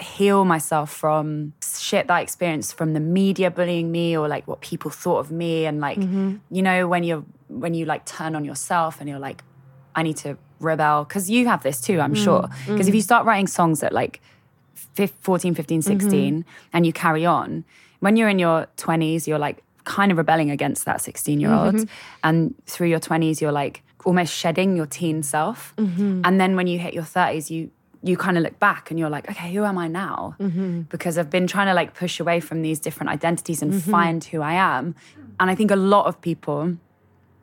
S7: heal myself from shit that I experienced from the media bullying me or like what people thought of me and like you know when you're when you like turn on yourself and you're like I need to rebel because you have this too I'm sure because if you start writing songs at like fif- 14 15 16 and you carry on when you're in your 20s you're like kind of rebelling against that 16 year old and through your 20s you're like almost shedding your teen self and then when you hit your 30s you you kind of look back and you're like okay who am i now because i've been trying to like push away from these different identities and find who i am and i think a lot of people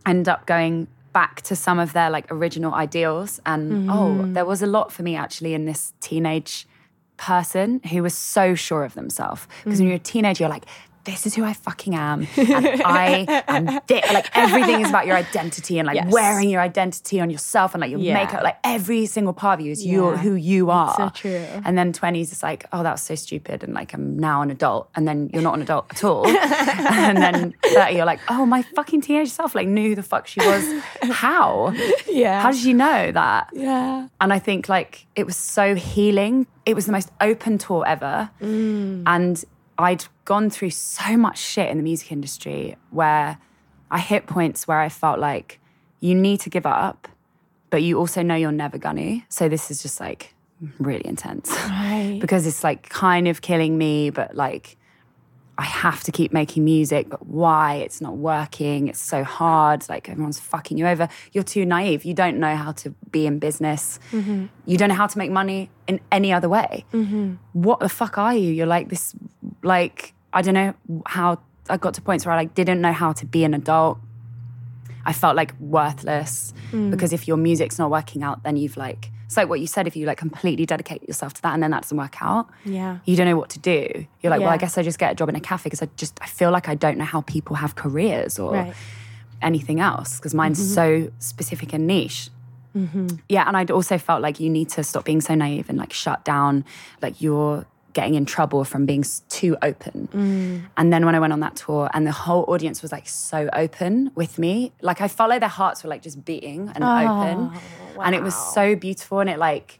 S7: end up going back to some of their like original ideals and
S8: Mm-hmm.
S7: oh there was a lot for me actually in this teenage person who was so sure of themselves because
S8: Mm.
S7: when you're a teenager you're like this is who I fucking am. And I am this. Like everything is about your identity and like
S8: Yes.
S7: wearing your identity on yourself and like your
S8: Yeah.
S7: makeup. Like every single part of you is your,
S8: Yeah.
S7: who you are.
S8: so true.
S7: And then 20s is like, oh, that was so stupid. And like, I'm now an adult. And then you're not an adult at all. and then 30, you're like, oh, my fucking teenage self like knew who the fuck she was. How?
S8: Yeah.
S7: How did you know that?
S8: yeah.
S7: And I think like it was so healing. It was the most open tour ever. And I'd gone through so much shit in the music industry where I hit points where I felt like you need to give up, but you also know you're never gonna. So this is just like really intense
S8: Right.
S7: because it's like kind of killing me, but like I have to keep making music, but why? It's not working. It's so hard. Like everyone's fucking you over. You're too naive. You don't know how to be in business. You don't know how to make money in any other way. What the fuck are you? You're like this, like, I don't know how I got to points where I like didn't know how to be an adult. I felt like worthless
S8: Hmm.
S7: because if your music's not working out, then you've like, it's like what you said, if you like completely dedicate yourself to that and then that doesn't work out,
S8: Yeah.
S7: you don't know what to do. You're like, well,
S8: Yeah.
S7: I guess I just get a job in a cafe because I just, I feel like I don't know how people have careers or
S8: Right. Mm-hmm.
S7: anything else because mine's so specific and niche. Yeah, and I'd also felt like you need to stop being so naive and like shut down, like you're getting in trouble from being s- too open.
S8: Mm.
S7: And then when I went on that tour and the whole audience was like so open with me, like I felt like their hearts were like just beating
S8: Oh,
S7: and open. And it was so beautiful and it like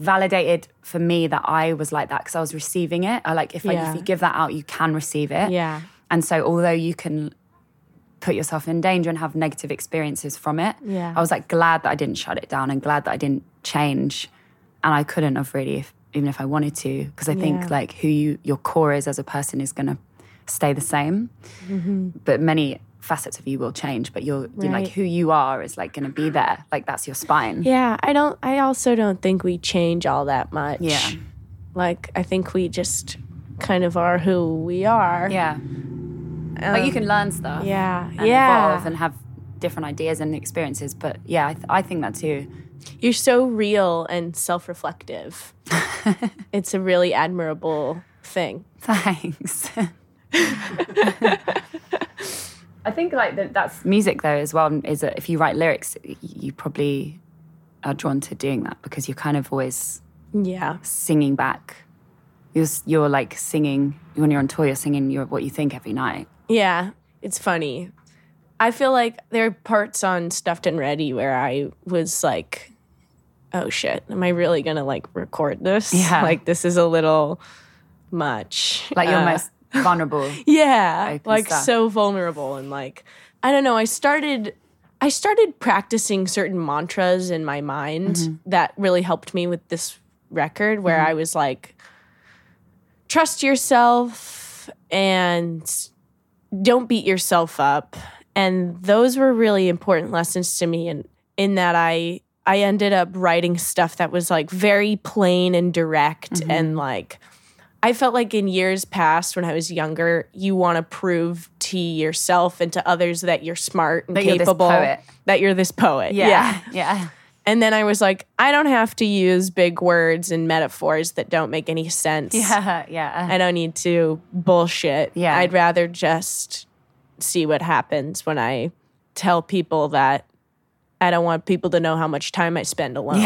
S7: validated for me that I was like that because I was receiving it. I like if like
S8: Yeah.
S7: if you give that out, you can receive it.
S8: Yeah.
S7: And so, although you can put yourself in danger and have negative experiences from it,
S8: Yeah.
S7: I was like glad that I didn't shut it down and glad that I didn't change. And I couldn't have really, if, even if I wanted to, because I
S8: Yeah.
S7: think like who you, your core is as a person is going to stay the same. But many facets of you will change, but you're, you're
S8: Mm-hmm. Right.
S7: like who you are is like going to be there. Like that's your spine.
S8: Yeah, I don't I also don't think we change all that much.
S7: Yeah.
S8: Like, I think we just kind of are who we are.
S7: Yeah. like you can learn stuff.
S8: Um, yeah,
S7: And
S8: yeah.
S7: evolve and have different ideas and experiences. But yeah, I, th- I think that too.
S8: You're so real and self reflective. it's a really admirable thing.
S7: Thanks. I think like that, that's music though as well. Is that if you write lyrics, y- you probably are drawn to doing that because you're kind of always
S8: Yeah.
S7: singing back. You're s- you're like singing when you're on tour. You're singing your what you think every night.
S8: Yeah, it's funny. I feel like there are parts on Stuffed and Ready where I was like, oh shit, am I really gonna like record this?
S7: Yeah.
S8: Like, this is a little much.
S7: Like you're
S8: Uh,
S7: most vulnerable.
S8: Yeah.
S7: open
S8: Like,
S7: stuff.
S8: so vulnerable. And like, I don't know, I started. I started practicing certain mantras in my mind that really helped me with this record where I was like trust yourself and don't beat yourself up and those were really important lessons to me and in that i i ended up writing stuff that was like very plain and direct
S7: Mm-hmm.
S8: and like i felt like in years past when i was younger you want to prove to yourself and to others that you're smart and
S7: That you're this
S8: capable
S7: poet.
S8: that you're this poet
S7: yeah.
S8: and then i was like i don't have to use big words and metaphors that don't make any sense
S7: Yeah, yeah.
S8: I don't need to bullshit.
S7: Yeah.
S8: I'd rather just see what happens when I tell people that I don't want people to know how much time I spend alone.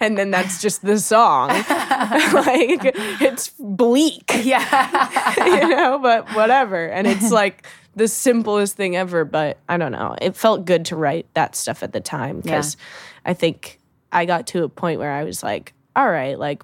S8: and then that's just the song. like it's bleak,
S7: yeah.
S8: you know, but whatever. And it's like the simplest thing ever, but I don't know. It felt good to write that stuff at the time because I think I got to a point where I was like, all right, like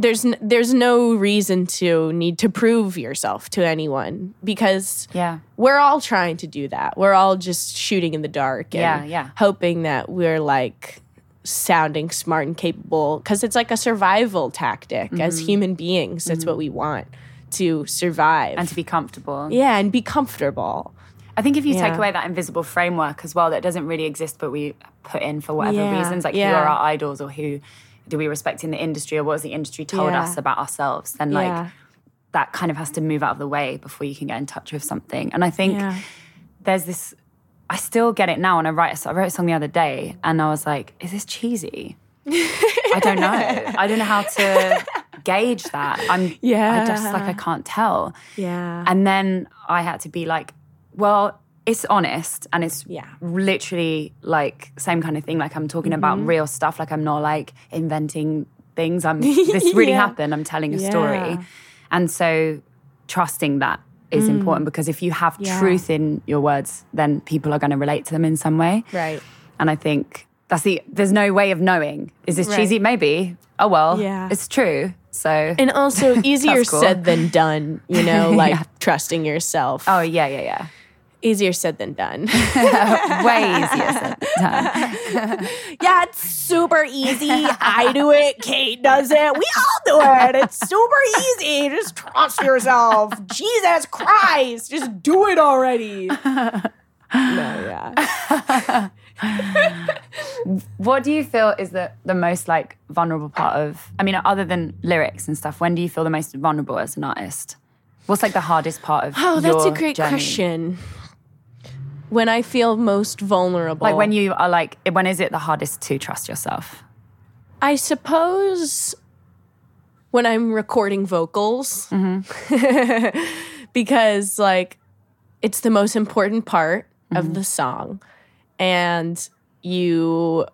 S8: there's n- there's no reason to need to prove yourself to anyone because
S7: Yeah.
S8: we're all trying to do that. We're all just shooting in the dark and
S7: Yeah, yeah.
S8: hoping that we're like sounding smart and capable because it's like a survival tactic
S7: Mm-hmm.
S8: as human beings. That's what we want to survive.
S7: And to be comfortable.
S8: yeah, and be comfortable.
S7: I think if you
S8: Yeah.
S7: take away that invisible framework as well, that doesn't really exist, but we put in for whatever
S8: Yeah,
S7: reasons, like
S8: yeah.
S7: who are our idols or who do we respect in the industry or what has the industry told
S8: Yeah.
S7: us about ourselves, then like
S8: Yeah.
S7: that kind of has to move out of the way before you can get in touch with something. And I think there's this. I still get it now when I write. a so- I wrote a song the other day, and I was like, "Is this cheesy?" I don't know. I don't know how to gauge that. I'm. I just like I can't tell.
S8: Yeah.
S7: And then I had to be like, well, it's honest and it's
S8: Yeah.
S7: literally like same kind of thing. Like I'm talking about
S8: Mm-hmm.
S7: real stuff. Like I'm not like inventing things. I'm this really
S8: Yeah.
S7: happened. I'm telling a
S8: Yeah. Mm.
S7: story. And so trusting that is important because if you have
S8: Yeah.
S7: truth in your words, then people are going to relate to them in some way.
S8: right.
S7: And I think that's the there's no way of knowing. Is this cheesy? Maybe. Oh well.
S8: Yeah.
S7: It's true. So
S8: And also easier
S7: cool.
S8: said than done, you know, like trusting yourself.
S7: Oh yeah, yeah,
S8: Easier said than done.
S7: yeah. Way easier said than done.
S8: Yeah, it's super easy. I do it. Kate does it. We all do it. It's super easy. Just trust yourself. Jesus Christ. Just do it already. No, yeah.
S7: What do you feel is the, the most like vulnerable part of? I mean, other than lyrics and stuff, when do you feel the most vulnerable as an artist? What's like the hardest part of?
S8: Oh, that's a
S7: your
S8: great
S7: journey?
S8: question. When I feel most vulnerable.
S7: Like when you are like, when is it the hardest to trust yourself?
S8: I suppose when I'm recording vocals,
S7: Mm-hmm.
S8: because like it's the most important part
S7: Mm-hmm.
S8: of the song, and you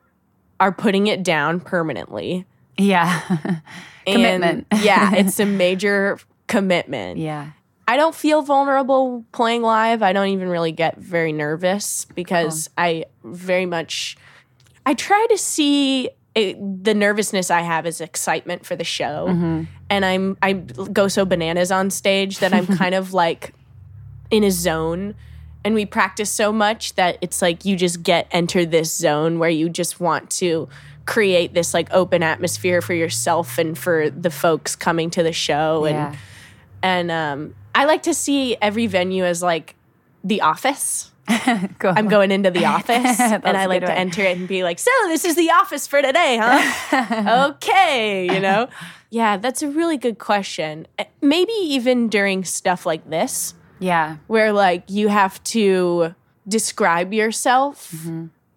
S8: are putting it down permanently.
S7: Yeah,
S8: And,
S7: Commitment.
S8: yeah, it's a major commitment.
S7: yeah,
S8: I don't feel vulnerable playing live. I don't even really get very nervous because I very much I try to see it, the nervousness I have as excitement for the show, and I'm I go so bananas on stage that I'm kind of like in a zone. And we practice so much that it's like you just get enter this zone where you just want to create this like open atmosphere for yourself and for the folks coming to the show and
S7: yeah,
S8: and um, I like to see every venue as like the office.
S7: Go
S8: I'm going into the office and
S7: That's
S8: I
S7: a
S8: like
S7: good
S8: to
S7: way.
S8: enter it and be like, so this is the office for today, huh? okay, you know? Yeah, that's a really good question. Uh, Maybe even during stuff like this,
S7: Yeah.
S8: where like you have to describe yourself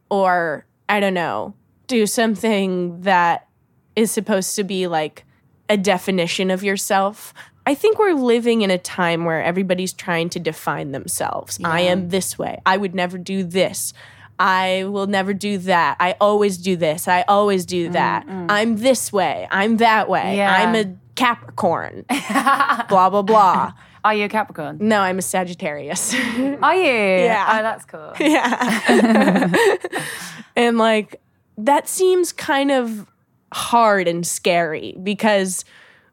S8: or I don't know, do something that is supposed to be like a definition of yourself. I think we're living in a time where everybody's trying to define themselves. I am this way. I would never do this. I will never do that. I always do this. I always do that. I'm this way. I'm that way.
S7: Yeah.
S8: I'm a Capricorn. blah, blah, blah.
S7: Are you a Capricorn?
S8: No, I'm a Sagittarius.
S7: Are you? Yeah.
S8: Oh,
S7: Oh, that's cool.
S8: yeah. and like that seems kind of hard and scary because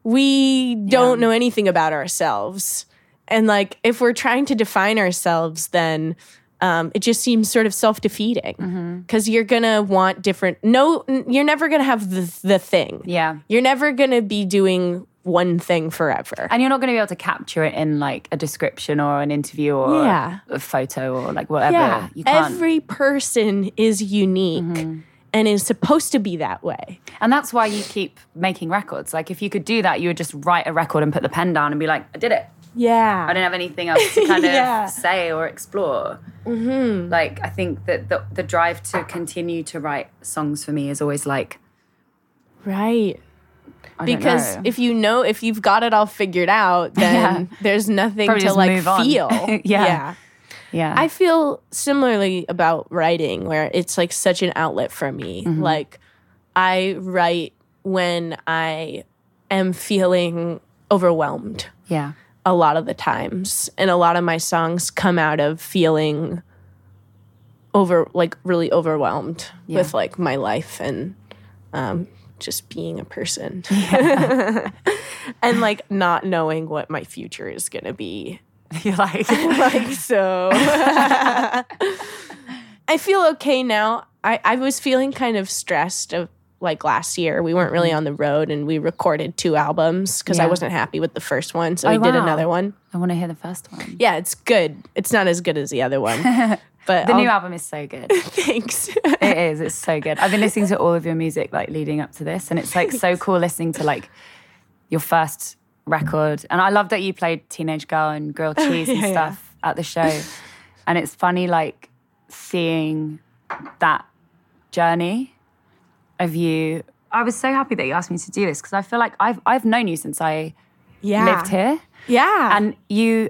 S8: we don't know anything about ourselves. And like if we're trying to define ourselves, then um, it just seems sort of self
S7: Mm-hmm.
S8: defeating because you're gonna want different. No, n- you're never gonna have the the thing.
S7: Yeah.
S8: You're never gonna be doing one thing forever.
S7: And you're not going to be able to capture it in like a description or an interview or
S8: Yeah.
S7: a photo or like whatever.
S8: Yeah,
S7: You can't. Mm-hmm.
S8: every person is unique and is supposed to be that way.
S7: and that's why you keep making records. Like if you could do that, you would just write a record and put the pen down and be like, I did it. I
S8: Yeah.
S7: don't have anything else to kind
S8: Yeah.
S7: of say or explore. Mm-hmm. Like I think that the, the drive to continue to write songs for me is always like
S8: Right.
S7: I don't
S8: Because
S7: know.
S8: if you know, if you've got it all figured out, then there's nothing
S7: Probably
S8: to
S7: just
S8: like
S7: move on.
S8: feel.
S7: Yeah. yeah,
S8: I feel similarly about writing, where it's like such an outlet for me.
S7: Mm-hmm.
S8: Like, I write when I am feeling overwhelmed.
S7: yeah,
S8: a lot of the times and a lot of my songs come out of feeling over like really overwhelmed with like my life and um just being a person and like not knowing what my future is going to be
S7: you're like
S8: like so i feel okay now i i was feeling kind of stressed of like last year we weren't really on the road and we recorded two albums because i
S7: Mm-hmm. Yeah.
S8: wasn't happy with the first one so we
S7: Oh,
S8: did
S7: wow.
S8: another one
S7: I want to hear the first one.
S8: yeah, it's good. It's not as good as the other one, but
S7: The
S8: I'll-
S7: new album is so good.
S8: thanks.
S7: It is. It's so good. I've been listening to all of your music like leading up to this, and it's like so cool listening to like your first record. And I love that you played Teenage Girl and Grilled Cheese and stuff at the show. And it's funny like seeing that journey of you. I was so happy that you asked me to do this because I feel like I've I've known you since I
S8: yeah,
S7: lived here,
S8: Yeah,
S7: and you.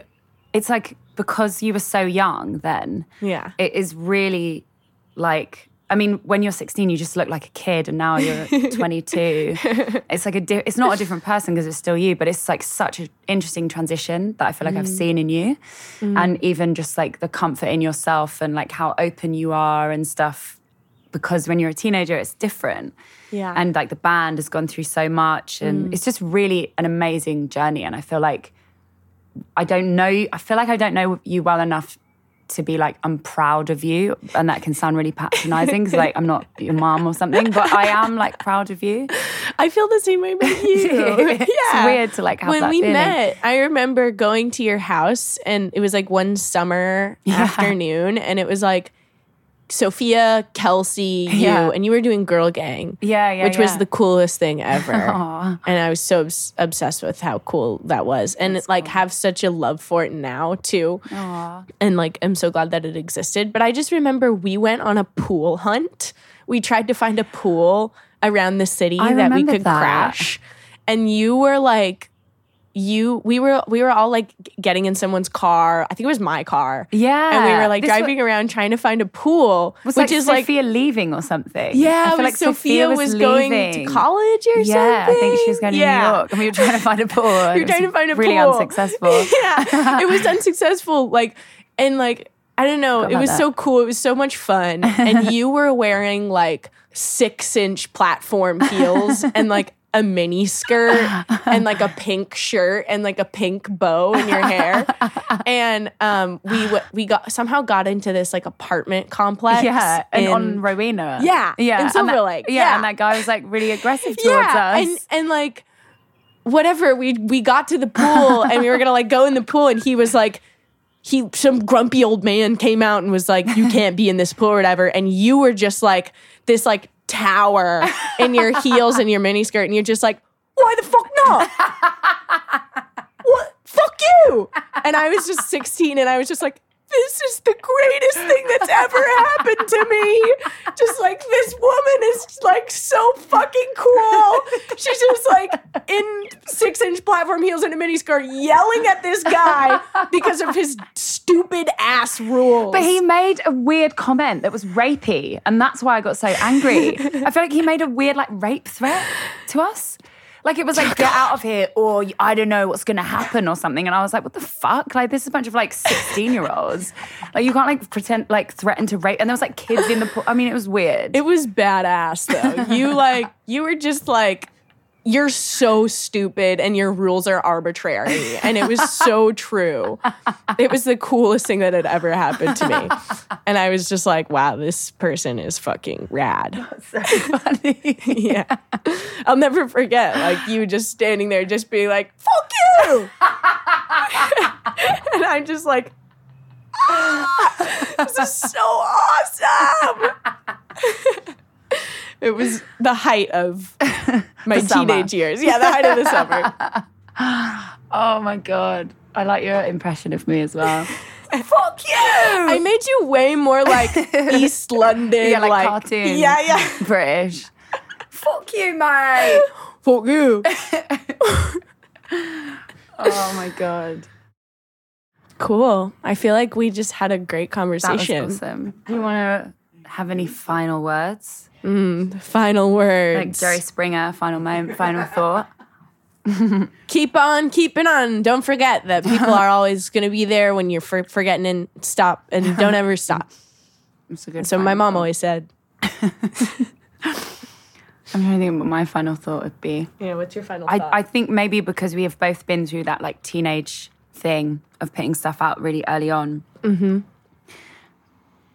S7: It's like because you were so young then
S8: yeah,
S7: it is really like I mean, when you're 16, you just look like a kid, and now you're 22. It's like a di- it's not a different person because it's still you, but it's like such an interesting transition that I feel like I've
S8: Mm.
S7: seen in you, and even just like the comfort in yourself and like how open you are and stuff. Because when you're a teenager, it's different,
S8: yeah, Mm.
S7: and like the band has gone through so much, and it's just really an amazing journey. And I feel like I don't know. you- I feel like I don't know you well enough to be like I'm proud of you, and that can sound really patronizing because like I'm not your mom or something, but I am like proud of you.
S8: I feel the same way with you. yeah,
S7: It's weird to, like, have
S8: when
S7: that
S8: we
S7: feeling.
S8: met. I remember going to your house, and it was like one summer afternoon, and it was like Sophia, Kelsey, you,
S7: Yeah.
S8: and you were doing Girl Gang.
S7: Yeah, yeah,
S8: which was
S7: yeah.
S8: the coolest thing ever. and I was so obs- obsessed with how cool that was, and like have such a love for it now too. and like I'm so glad that it existed. But I just remember we went on a pool hunt. We tried to find a pool around the city
S7: I
S8: that we
S7: remember
S8: could
S7: that.
S8: crash. And you were like you we were we were all like g- getting in someone's car. I think it was my car.
S7: Yeah,
S8: And we were like
S7: this wa-
S8: driving around trying to find a pool,
S7: Was
S8: which
S7: like
S8: is like
S7: Sophia leaving or something?
S8: yeah, it
S7: I feel
S8: was
S7: like
S8: Sophia, was, going to
S7: leaving.
S8: college or
S7: Yeah,
S8: something.
S7: I think she was going to
S8: Yeah.
S7: New York, and we were trying to find a pool. and
S8: You're
S7: it
S8: trying
S7: was
S8: to find a
S7: really
S8: pool.
S7: unsuccessful.
S8: yeah, it was unsuccessful. Like, and like, I don't know. It
S7: about
S8: was
S7: that.
S8: so cool. It was so much fun. And you were wearing like six inch platform heels and like a mini skirt and like a pink shirt and like a pink bow in your hair. And um, we w- we got somehow got into this like apartment complex.
S7: Yeah, and
S8: in-
S7: on Rowena.
S8: Yeah,
S7: yeah,
S8: in
S7: and that-
S8: Silverlake, yeah.
S7: and that guy was like really aggressive towards
S8: yeah,
S7: us.
S8: and and like whatever we we got to the pool and we were gonna like go in the pool and he was like he some grumpy old man came out and was like, "You can't be in this pool or whatever," and you were just like this like tower in your heels and your miniskirt, and you're just like, "Why the fuck not?" what? Fuck you! And I was just 16, and I was just like, this is the greatest thing that's ever happened to me. Just like this woman is like so fucking cool. She's just like in six inch platform heels and a miniskirt yelling at this guy because of his stupid ass rules.
S7: But he made a weird comment that was rapey, and that's why I got so angry. I feel like he made a weird like rape threat to us. Like it was like get out of here, or y- I don't know what's gonna happen, or something. And I was like, what the fuck? Like this is a bunch of like sixteen year olds. Like you can't like pretend like threaten to rape. And there was like kids in the. pool. I mean, it was weird.
S8: It was badass though. You like you were just like you're so stupid and your rules are arbitrary and it was so true. It was the coolest thing that had ever happened to me. And I was just like, wow, this person is fucking rad. yeah. I'll never forget like you just standing there just being like, "Fuck you." and I'm just like "Ah, this is so awesome. It was the height of my
S7: The summer.
S8: teenage years. Yeah, the height of the summer.
S7: oh my god, I like your impression of me as well. fuck you,
S8: I made you way more like East London,
S7: Yeah, like cartoon.
S8: Yeah, yeah.
S7: British. fuck you, mate.
S8: Fuck you.
S7: Oh my god.
S8: Cool. I feel like we just had a great
S7: That was
S8: conversation.
S7: awesome. Do you want to have any final words?
S8: Final words.
S7: Like Jerry Springer, final moment, final thought.
S8: keep on keeping on. Don't forget that people are always going to be there when you're for- forgetting and stop and don't ever stop.
S7: It's a good
S8: So my
S7: final
S8: mom
S7: thought.
S8: always said,
S7: I'm trying to think what my final thought would be.
S8: "Yeah, what's your final
S7: I, I think maybe because we have both been through that like teenage thing of putting stuff out really early on. Mm-hmm.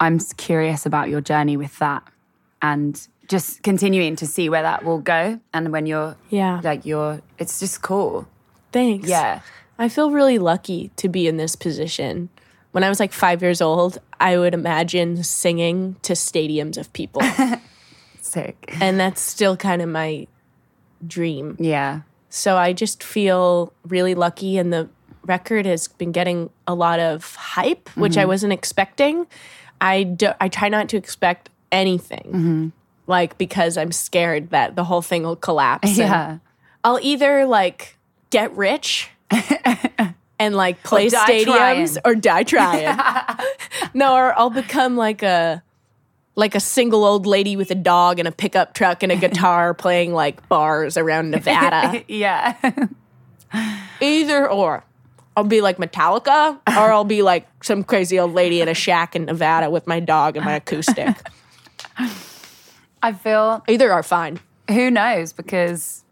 S7: I'm s- curious about your journey with that and just continuing to see where that will go. And when you're,
S8: Yeah.
S7: like you're, it's just cool.
S8: Thanks.
S7: Yeah.
S8: I feel really lucky to be in this position. When I was like five years old, I would imagine singing to stadiums of people.
S7: Sick.
S8: and that's still kind of my dream.
S7: Yeah.
S8: So I just feel really lucky, and the record has been getting a lot of hype, which I wasn't expecting. I do, I try not to expect anything, like because I'm scared that the whole thing will collapse. and
S7: Yeah.
S8: I'll either like get rich and like play
S7: die
S8: stadiums
S7: trying.
S8: or die trying. no, or I'll become like a like a single old lady with a dog and a pickup truck and a guitar playing like bars around Nevada.
S7: yeah.
S8: either or. I'll be like Metallica or I'll be like some crazy old lady in a shack in Nevada with my dog and my acoustic.
S7: I feel
S8: Either are fine.
S7: who knows because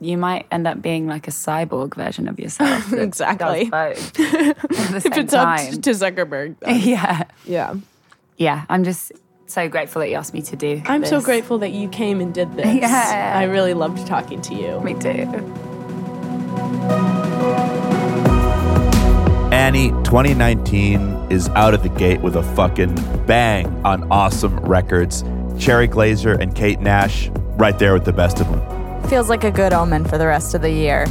S7: you might end up being like a cyborg version of yourself. that
S8: Exactly.
S7: does both at the same
S8: If it's
S7: time.
S8: up to Zuckerberg. then.
S7: yeah,
S8: Yeah.
S7: yeah. I'm just so grateful that you asked me to do.
S8: I'm so
S7: this.
S8: grateful that you came and did this.
S7: Yeah.
S8: I really loved talking to you.
S7: Me too.
S6: Annie 2019 is out of the gate with a fucking bang on awesome records. Cherry Glazer and Kate Nash right there with the best of them.
S5: Feels like a good omen for the rest of the year.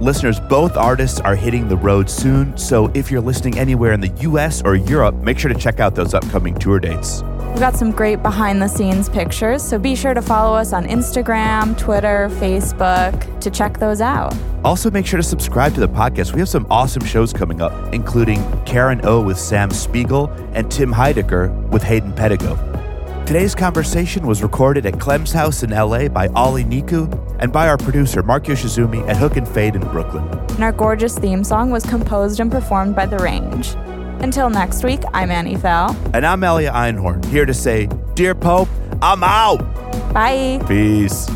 S6: Listeners, both artists are hitting the road soon, so if you're listening anywhere in the US or Europe, make sure to check out those upcoming tour dates.
S5: We've got some great behind the scenes pictures, so be sure to follow us on Instagram, Twitter, Facebook to check those out.
S6: Also, make sure to subscribe to the podcast. We have some awesome shows coming up, including Karen O with Sam Spiegel and Tim Heidecker with Hayden Pedigo. Today's conversation was recorded at Clem's house in LA by Ollie Niku and by our producer Mark Yoshizumi at Hook and Fade in Brooklyn.
S5: And our gorgeous theme song was composed and performed by The Range. Until next week, I'm Annie Fell.
S6: And I'm Elia Einhorn, here to say, Dear Pope, I'm out.
S5: Bye.
S6: Peace.